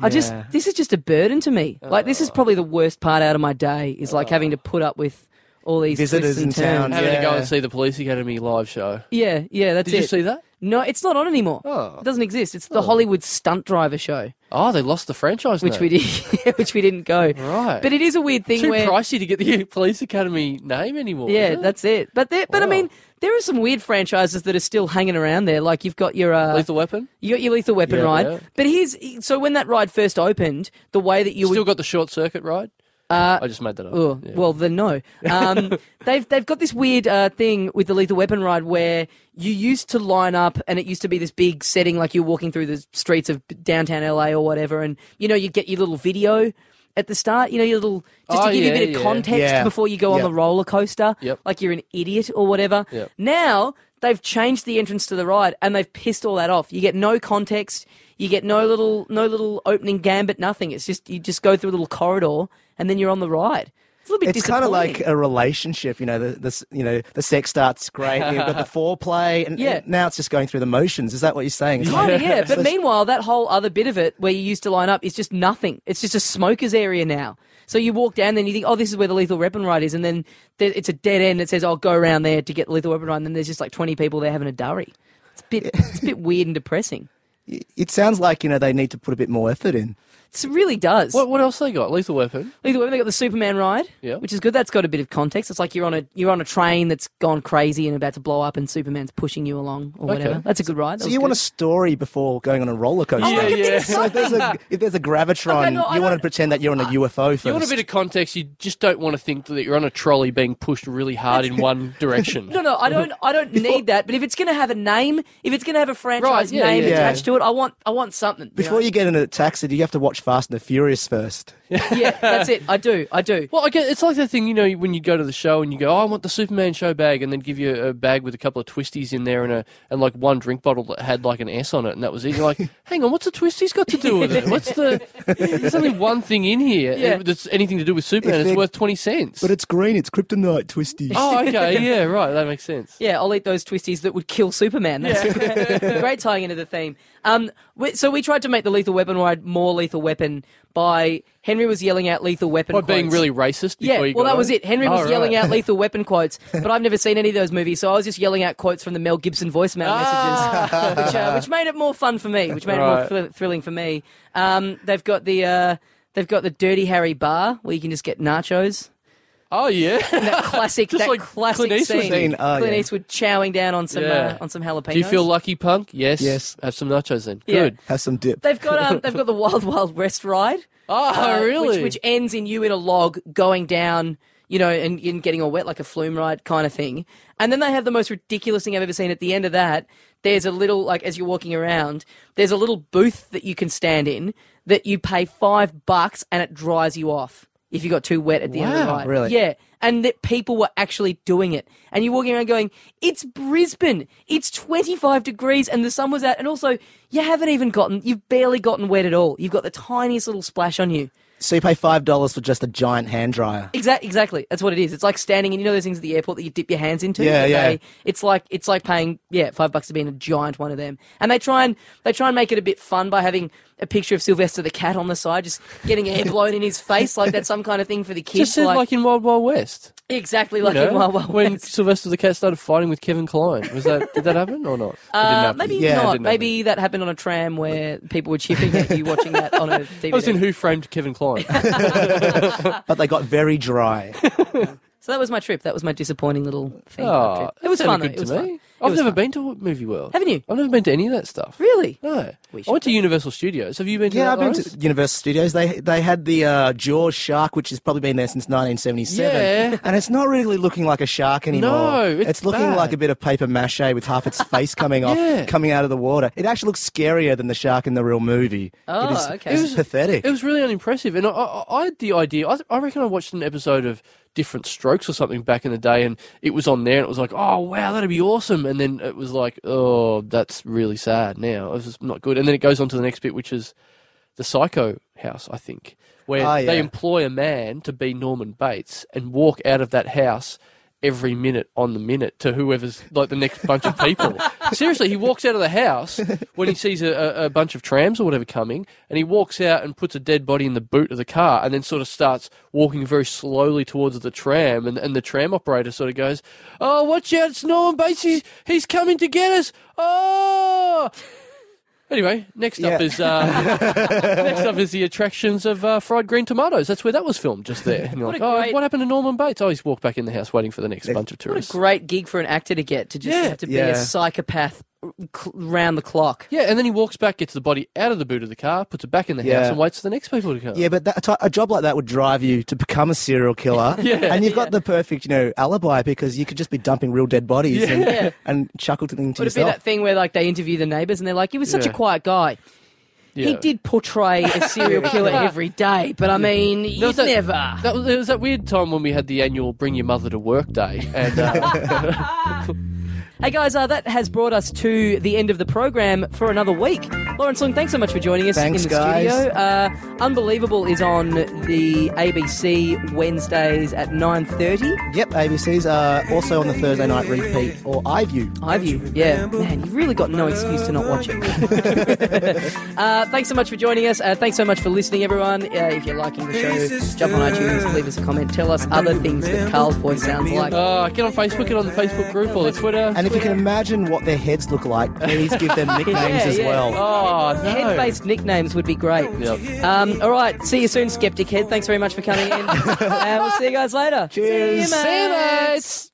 Speaker 1: I just
Speaker 3: Yeah.
Speaker 1: this is just a burden to me. Like this is probably the worst part out of my day is like having to put up with all these twists
Speaker 3: Visitors
Speaker 1: and
Speaker 3: in town.
Speaker 1: turns.
Speaker 2: Having to go
Speaker 3: Yeah.
Speaker 2: and see the Police Academy live show.
Speaker 1: Yeah, yeah, that's
Speaker 2: Did you
Speaker 1: it.
Speaker 2: see that?
Speaker 1: no, it's not on anymore.
Speaker 2: Oh.
Speaker 1: It doesn't exist. It's the Hollywood stunt driver show,
Speaker 2: Oh, they lost the franchise.
Speaker 1: which
Speaker 2: name.
Speaker 1: we did, which we didn't <laughs> go.
Speaker 2: Right.
Speaker 1: But it is a weird thing
Speaker 2: Too
Speaker 1: where
Speaker 2: pricey to get the <laughs> Police Academy name anymore. is
Speaker 1: Yeah,
Speaker 2: it?
Speaker 1: that's it. But there, but I
Speaker 2: Wow.
Speaker 1: mean, there are some weird franchises that are still hanging around there. Like you've got your uh,
Speaker 2: Lethal Weapon.
Speaker 1: you got your Lethal Weapon
Speaker 2: Yeah,
Speaker 1: ride.
Speaker 2: yeah.
Speaker 1: But here's so when that ride first opened, the way that you
Speaker 2: Still
Speaker 1: would
Speaker 2: got the Short Circuit ride.
Speaker 1: Uh,
Speaker 2: I just made that up.
Speaker 1: Oh,
Speaker 2: Yeah.
Speaker 1: well, then no.
Speaker 2: <laughs>
Speaker 1: Um, they've they've got this weird uh, thing with the Lethal Weapon ride where you used to line up, and it used to be this big setting, like you're walking through the streets of downtown LA or whatever, and you know you would get your little video at the start, you know your little just
Speaker 2: Oh,
Speaker 1: to give you a
Speaker 2: yeah,
Speaker 1: bit of
Speaker 2: yeah.
Speaker 1: context
Speaker 3: Yeah.
Speaker 1: before you go
Speaker 3: Yep.
Speaker 1: on the roller coaster,
Speaker 2: Yep.
Speaker 1: like you're an idiot or whatever.
Speaker 2: Yep.
Speaker 1: Now they've changed the entrance to the ride, and they've pissed all that off. You get no context. You get no little no little opening gambit, nothing. It's just you just go through a little corridor and then you're on the ride. It's a little bit
Speaker 3: it's kind of
Speaker 1: disappointing.
Speaker 3: like uh, a relationship, you know. The, the s- you know the sex starts great, and you've
Speaker 1: <laughs>
Speaker 3: got the foreplay, and,
Speaker 1: Yeah.
Speaker 3: and now it's just going through the motions. Is that what you're saying? It's like-
Speaker 1: Kinda,
Speaker 3: <laughs>
Speaker 1: yeah. But
Speaker 3: So-
Speaker 1: meanwhile, that whole other bit of it where you used to line up is just nothing. It's just a smoker's area now. So you walk down, then you think, oh, this is where the lethal weapon ride is, and then there, it's a dead end. It says, I'll go around there to get the lethal weapon ride, and then there's just like 20 people there having a durry. It's a bit, it's a bit weird and depressing.
Speaker 3: it sounds like you know they need to put a bit more effort in.
Speaker 1: It's- It really does.
Speaker 2: What, what else they got? Lethal Weapon.
Speaker 1: Lethal Weapon, they got the Superman ride,
Speaker 2: Yeah.
Speaker 1: which is good. That's got a bit of context. It's like you're on a you're on a train that's gone crazy and about to blow up, and Superman's pushing you along or whatever. That's a good ride. That
Speaker 3: So
Speaker 1: was
Speaker 3: you Oh, want a
Speaker 1: good. Oh,
Speaker 3: story before going on a roller coaster?
Speaker 2: Yeah, yeah.
Speaker 3: So <laughs> if
Speaker 2: <laughs>
Speaker 3: there's a if there's a gravitron,
Speaker 1: Okay, no, I
Speaker 3: you want
Speaker 1: don't-
Speaker 3: to pretend that you're on a UFO first.
Speaker 2: You want a bit of context. You just don't want to think that you're on a trolley being pushed really hard in
Speaker 1: <laughs>
Speaker 2: one direction.
Speaker 1: No, no, I don't. I don't need that. But if it's going to have a name, if it's going to have a franchise
Speaker 2: Right, yeah,
Speaker 1: name
Speaker 2: yeah,
Speaker 3: yeah.
Speaker 1: attached to it, I want. I want something. you
Speaker 3: before
Speaker 1: know?
Speaker 3: you get in a taxi, do you have to watch Fast and the Furious first?
Speaker 1: yeah, that's it. I do. I do.
Speaker 2: Well, I guess it's like that thing, you know, when you go to the show and you go, oh, I want the Superman show bag, and then give you a bag with a couple of twisties in there and a and like one drink bottle that had like an S on it, and that was
Speaker 1: <laughs>
Speaker 2: it. You're like, hang on, what's the twisties got to do with it? What's the? There's only one thing in here
Speaker 1: Yeah.
Speaker 2: that's anything to do with Superman.
Speaker 3: If
Speaker 2: It's
Speaker 3: they-
Speaker 2: worth twenty cents.
Speaker 3: But it's green. It's kryptonite twisty.
Speaker 2: <laughs> oh,
Speaker 1: <laughs>
Speaker 2: okay, yeah, right, that makes sense.
Speaker 1: Yeah, I'll eat those twisties that would kill Superman. That's great. great tying into the theme. Um, we, so we tried to make the lethal weapon ride more lethal weapon by Henry was yelling out lethal weapon.
Speaker 2: By being
Speaker 1: quotes.
Speaker 2: really racist.
Speaker 1: Yeah,
Speaker 2: before you
Speaker 1: well,
Speaker 2: got
Speaker 1: that was
Speaker 2: on?
Speaker 1: it. Henry
Speaker 2: Oh,
Speaker 1: was yelling
Speaker 2: right.
Speaker 1: out lethal weapon
Speaker 2: <laughs>
Speaker 1: quotes, but I've never seen any of those movies, so I was just yelling out quotes from the Mel Gibson voicemail
Speaker 2: <laughs>
Speaker 1: messages, which, uh, which made it more fun for me, which made
Speaker 2: Ah. Right.
Speaker 1: it more thr- thrilling for me. Um, they've got the uh, they've got the Dirty Harry bar where you can just get nachos.
Speaker 2: Oh
Speaker 1: <laughs>
Speaker 2: yeah.
Speaker 1: That classic,
Speaker 2: Just
Speaker 1: that
Speaker 2: like
Speaker 1: classic
Speaker 2: Clint Eastwood
Speaker 1: scene.
Speaker 3: scene, oh,
Speaker 1: Clint
Speaker 3: yeah.
Speaker 1: Eastwood chowing down on some uh,
Speaker 2: Yeah.
Speaker 1: on some jalapenos.
Speaker 2: Do you feel lucky, punk? Yes.
Speaker 3: Yes.
Speaker 2: Have some nachos then.
Speaker 1: Yeah.
Speaker 2: Good.
Speaker 3: Have some dip.
Speaker 1: They've got um, they've got the Wild Wild West ride.
Speaker 2: Oh,
Speaker 1: uh,
Speaker 2: really?
Speaker 1: Which, which ends in you in a log going down, you know, and, and getting all wet like a flume ride kind of thing. And then they have the most ridiculous thing I've ever seen. At the end of that, there's a little like as you're walking around, there's a little booth that you can stand in that you pay five bucks and it dries you off if you got too wet at the end of the
Speaker 2: Wow,
Speaker 1: ride.
Speaker 3: really?
Speaker 1: Yeah. And that people were actually doing it. And you're walking around going, It's Brisbane. It's 25 degrees and the sun was out. And also, you haven't even gotten, you've barely gotten wet at all. You've got the tiniest little splash on you.
Speaker 3: So you pay five dollars for just a giant hand dryer.
Speaker 1: Exactly, exactly. That's what it is. It's like standing in, you know, those things at the airport that you dip your hands into.
Speaker 3: Yeah,
Speaker 1: That
Speaker 3: yeah.
Speaker 1: they- it's like it's like paying yeah five bucks to be in a giant one of them. And they try and they try and make it a bit fun by having a picture of Sylvester the cat on the side, just getting air blown in his face, like that's some kind of thing for the kids.
Speaker 2: Just said like, in Wild Wild West.
Speaker 1: exactly
Speaker 2: you
Speaker 1: like in
Speaker 2: know,
Speaker 1: Wild Wild
Speaker 2: when
Speaker 1: West.
Speaker 2: Sylvester the Cat started fighting with Kevin Klein. Was that did that happen or not? It didn't
Speaker 1: Uh,
Speaker 2: happen.
Speaker 1: maybe
Speaker 3: Yeah, it
Speaker 1: not.
Speaker 2: didn't happen.
Speaker 1: Maybe that happened on a tram where people were chipping at you watching that on a
Speaker 2: <laughs> I was in
Speaker 1: DVD.
Speaker 2: Who Framed Kevin
Speaker 1: <laughs>
Speaker 2: Klein.
Speaker 3: But they got very dry.
Speaker 1: So that was my trip. That was my disappointing little thing.
Speaker 2: Oh,
Speaker 1: trip.
Speaker 2: that
Speaker 1: It was
Speaker 2: sounded
Speaker 1: fun. though.
Speaker 2: Good
Speaker 1: It was
Speaker 2: to
Speaker 1: fun.
Speaker 2: me.
Speaker 1: It
Speaker 2: I've
Speaker 1: was
Speaker 2: never
Speaker 1: fun.
Speaker 2: been to Movie World.
Speaker 1: Haven't you?
Speaker 2: I've never been to any of that stuff.
Speaker 1: Really?
Speaker 2: No.
Speaker 1: We
Speaker 2: I went
Speaker 1: should
Speaker 2: to Universal Studios. Have you been to
Speaker 3: Yeah,
Speaker 2: that,
Speaker 3: I've been
Speaker 2: Lawrence?
Speaker 3: to Universal Studios. They they had the uh, Jaws shark, which has probably been there since 1977.
Speaker 2: Yeah.
Speaker 3: And it's not really looking like a shark anymore.
Speaker 2: No, it's
Speaker 3: looking
Speaker 2: bad.
Speaker 3: like a bit of paper mache with half its face coming off,
Speaker 2: Yeah.
Speaker 3: coming out of the water. It actually looks scarier than the shark in the real movie.
Speaker 1: Oh,
Speaker 3: it is,
Speaker 1: okay.
Speaker 3: It's
Speaker 1: It was-
Speaker 3: pathetic.
Speaker 2: It was really unimpressive, and I, I, I had the idea. I, I reckon I watched an episode of Different Strokes or something back in the day, and it was on there, and it was like, "Oh wow, that'd be awesome," and then it was like, "Oh, that's really sad." Now it's just not good, and then it goes on to the next bit, which is the Psycho House, I think, where
Speaker 3: Ah,
Speaker 2: they
Speaker 3: yeah.
Speaker 2: employ a man to be Norman Bates and walk out of that house. Every minute on the minute to whoever's like the next bunch of
Speaker 3: <laughs>
Speaker 2: people. Seriously, he walks out of the house when he sees a, a, a bunch of trams or whatever coming, and he walks out and puts a dead body in the boot of the car, and then sort of starts walking very slowly towards the tram. And, and the tram operator sort of goes, "Oh, watch out! It's Norman Bates. He's, he's coming to get us!" Oh. Anyway, next up
Speaker 3: Yeah.
Speaker 2: is uh, <laughs> next up is the attractions of uh, fried green tomatoes. That's where that was filmed, just there. And
Speaker 1: <laughs>
Speaker 2: you're
Speaker 1: What
Speaker 2: like,
Speaker 1: a
Speaker 2: oh,
Speaker 1: great-
Speaker 2: what happened to Norman Bates? Oh, he's walked back in the house waiting for the next bunch of
Speaker 1: What a
Speaker 2: tourists.
Speaker 1: great gig for an actor to get to just
Speaker 2: Yeah,
Speaker 1: have to be
Speaker 3: yeah.
Speaker 1: a psychopath cl- round the clock.
Speaker 2: Yeah, and then he walks back, gets the body out of the boot of the car, puts it back in the house,
Speaker 3: Yeah.
Speaker 2: and waits for the next people to come.
Speaker 3: yeah, but that, a job like that would drive you to become a serial killer.
Speaker 2: Yeah.
Speaker 3: and you've got the perfect, you know, alibi because you could just be dumping real dead bodies
Speaker 1: Yeah.
Speaker 3: and, and chuckle to them to
Speaker 1: Would it be
Speaker 3: yourself.
Speaker 1: that thing where like they interview the neighbours and they're like, "He was such
Speaker 2: Yeah.
Speaker 1: a quiet guy. He
Speaker 2: Yeah.
Speaker 1: did portray
Speaker 2: <laughs>
Speaker 1: a serial killer every day, but I mean, you
Speaker 2: was that-
Speaker 1: never."
Speaker 2: That was, there was that weird time when we had the annual Bring Your Mother to Work Day,
Speaker 1: <laughs>
Speaker 2: and uh,
Speaker 1: Hey guys, uh, that has brought us to the end of the program for another week. Lawrence Lung, thanks so much for joining us
Speaker 3: Thanks,
Speaker 1: in the
Speaker 3: guys.
Speaker 1: studio. Uh, Unbelievable is on the ABC Wednesdays at 9.30.
Speaker 3: Yep, ABCs are also on the Thursday night repeat or iView.
Speaker 1: iView, yeah. Man, you've really got no excuse to not watch it. uh, thanks so much for joining us. Uh, thanks so much for listening, everyone. Uh, if you're liking the show, jump on iTunes, leave us a comment, tell us other things that Carl's voice sounds like.
Speaker 2: Uh, get on Facebook, get on the Facebook group or the Twitter.
Speaker 3: And if you can imagine what their heads look like, please give them nicknames as
Speaker 1: yeah.
Speaker 3: well.
Speaker 2: oh, no.
Speaker 1: Head-based nicknames would be great.
Speaker 2: Yep.
Speaker 1: Um, all right, see you <laughs> Uh, soon, Skeptic Head. Thanks very much for coming in, and we'll see you guys later.
Speaker 3: Cheers.
Speaker 1: See you, mates.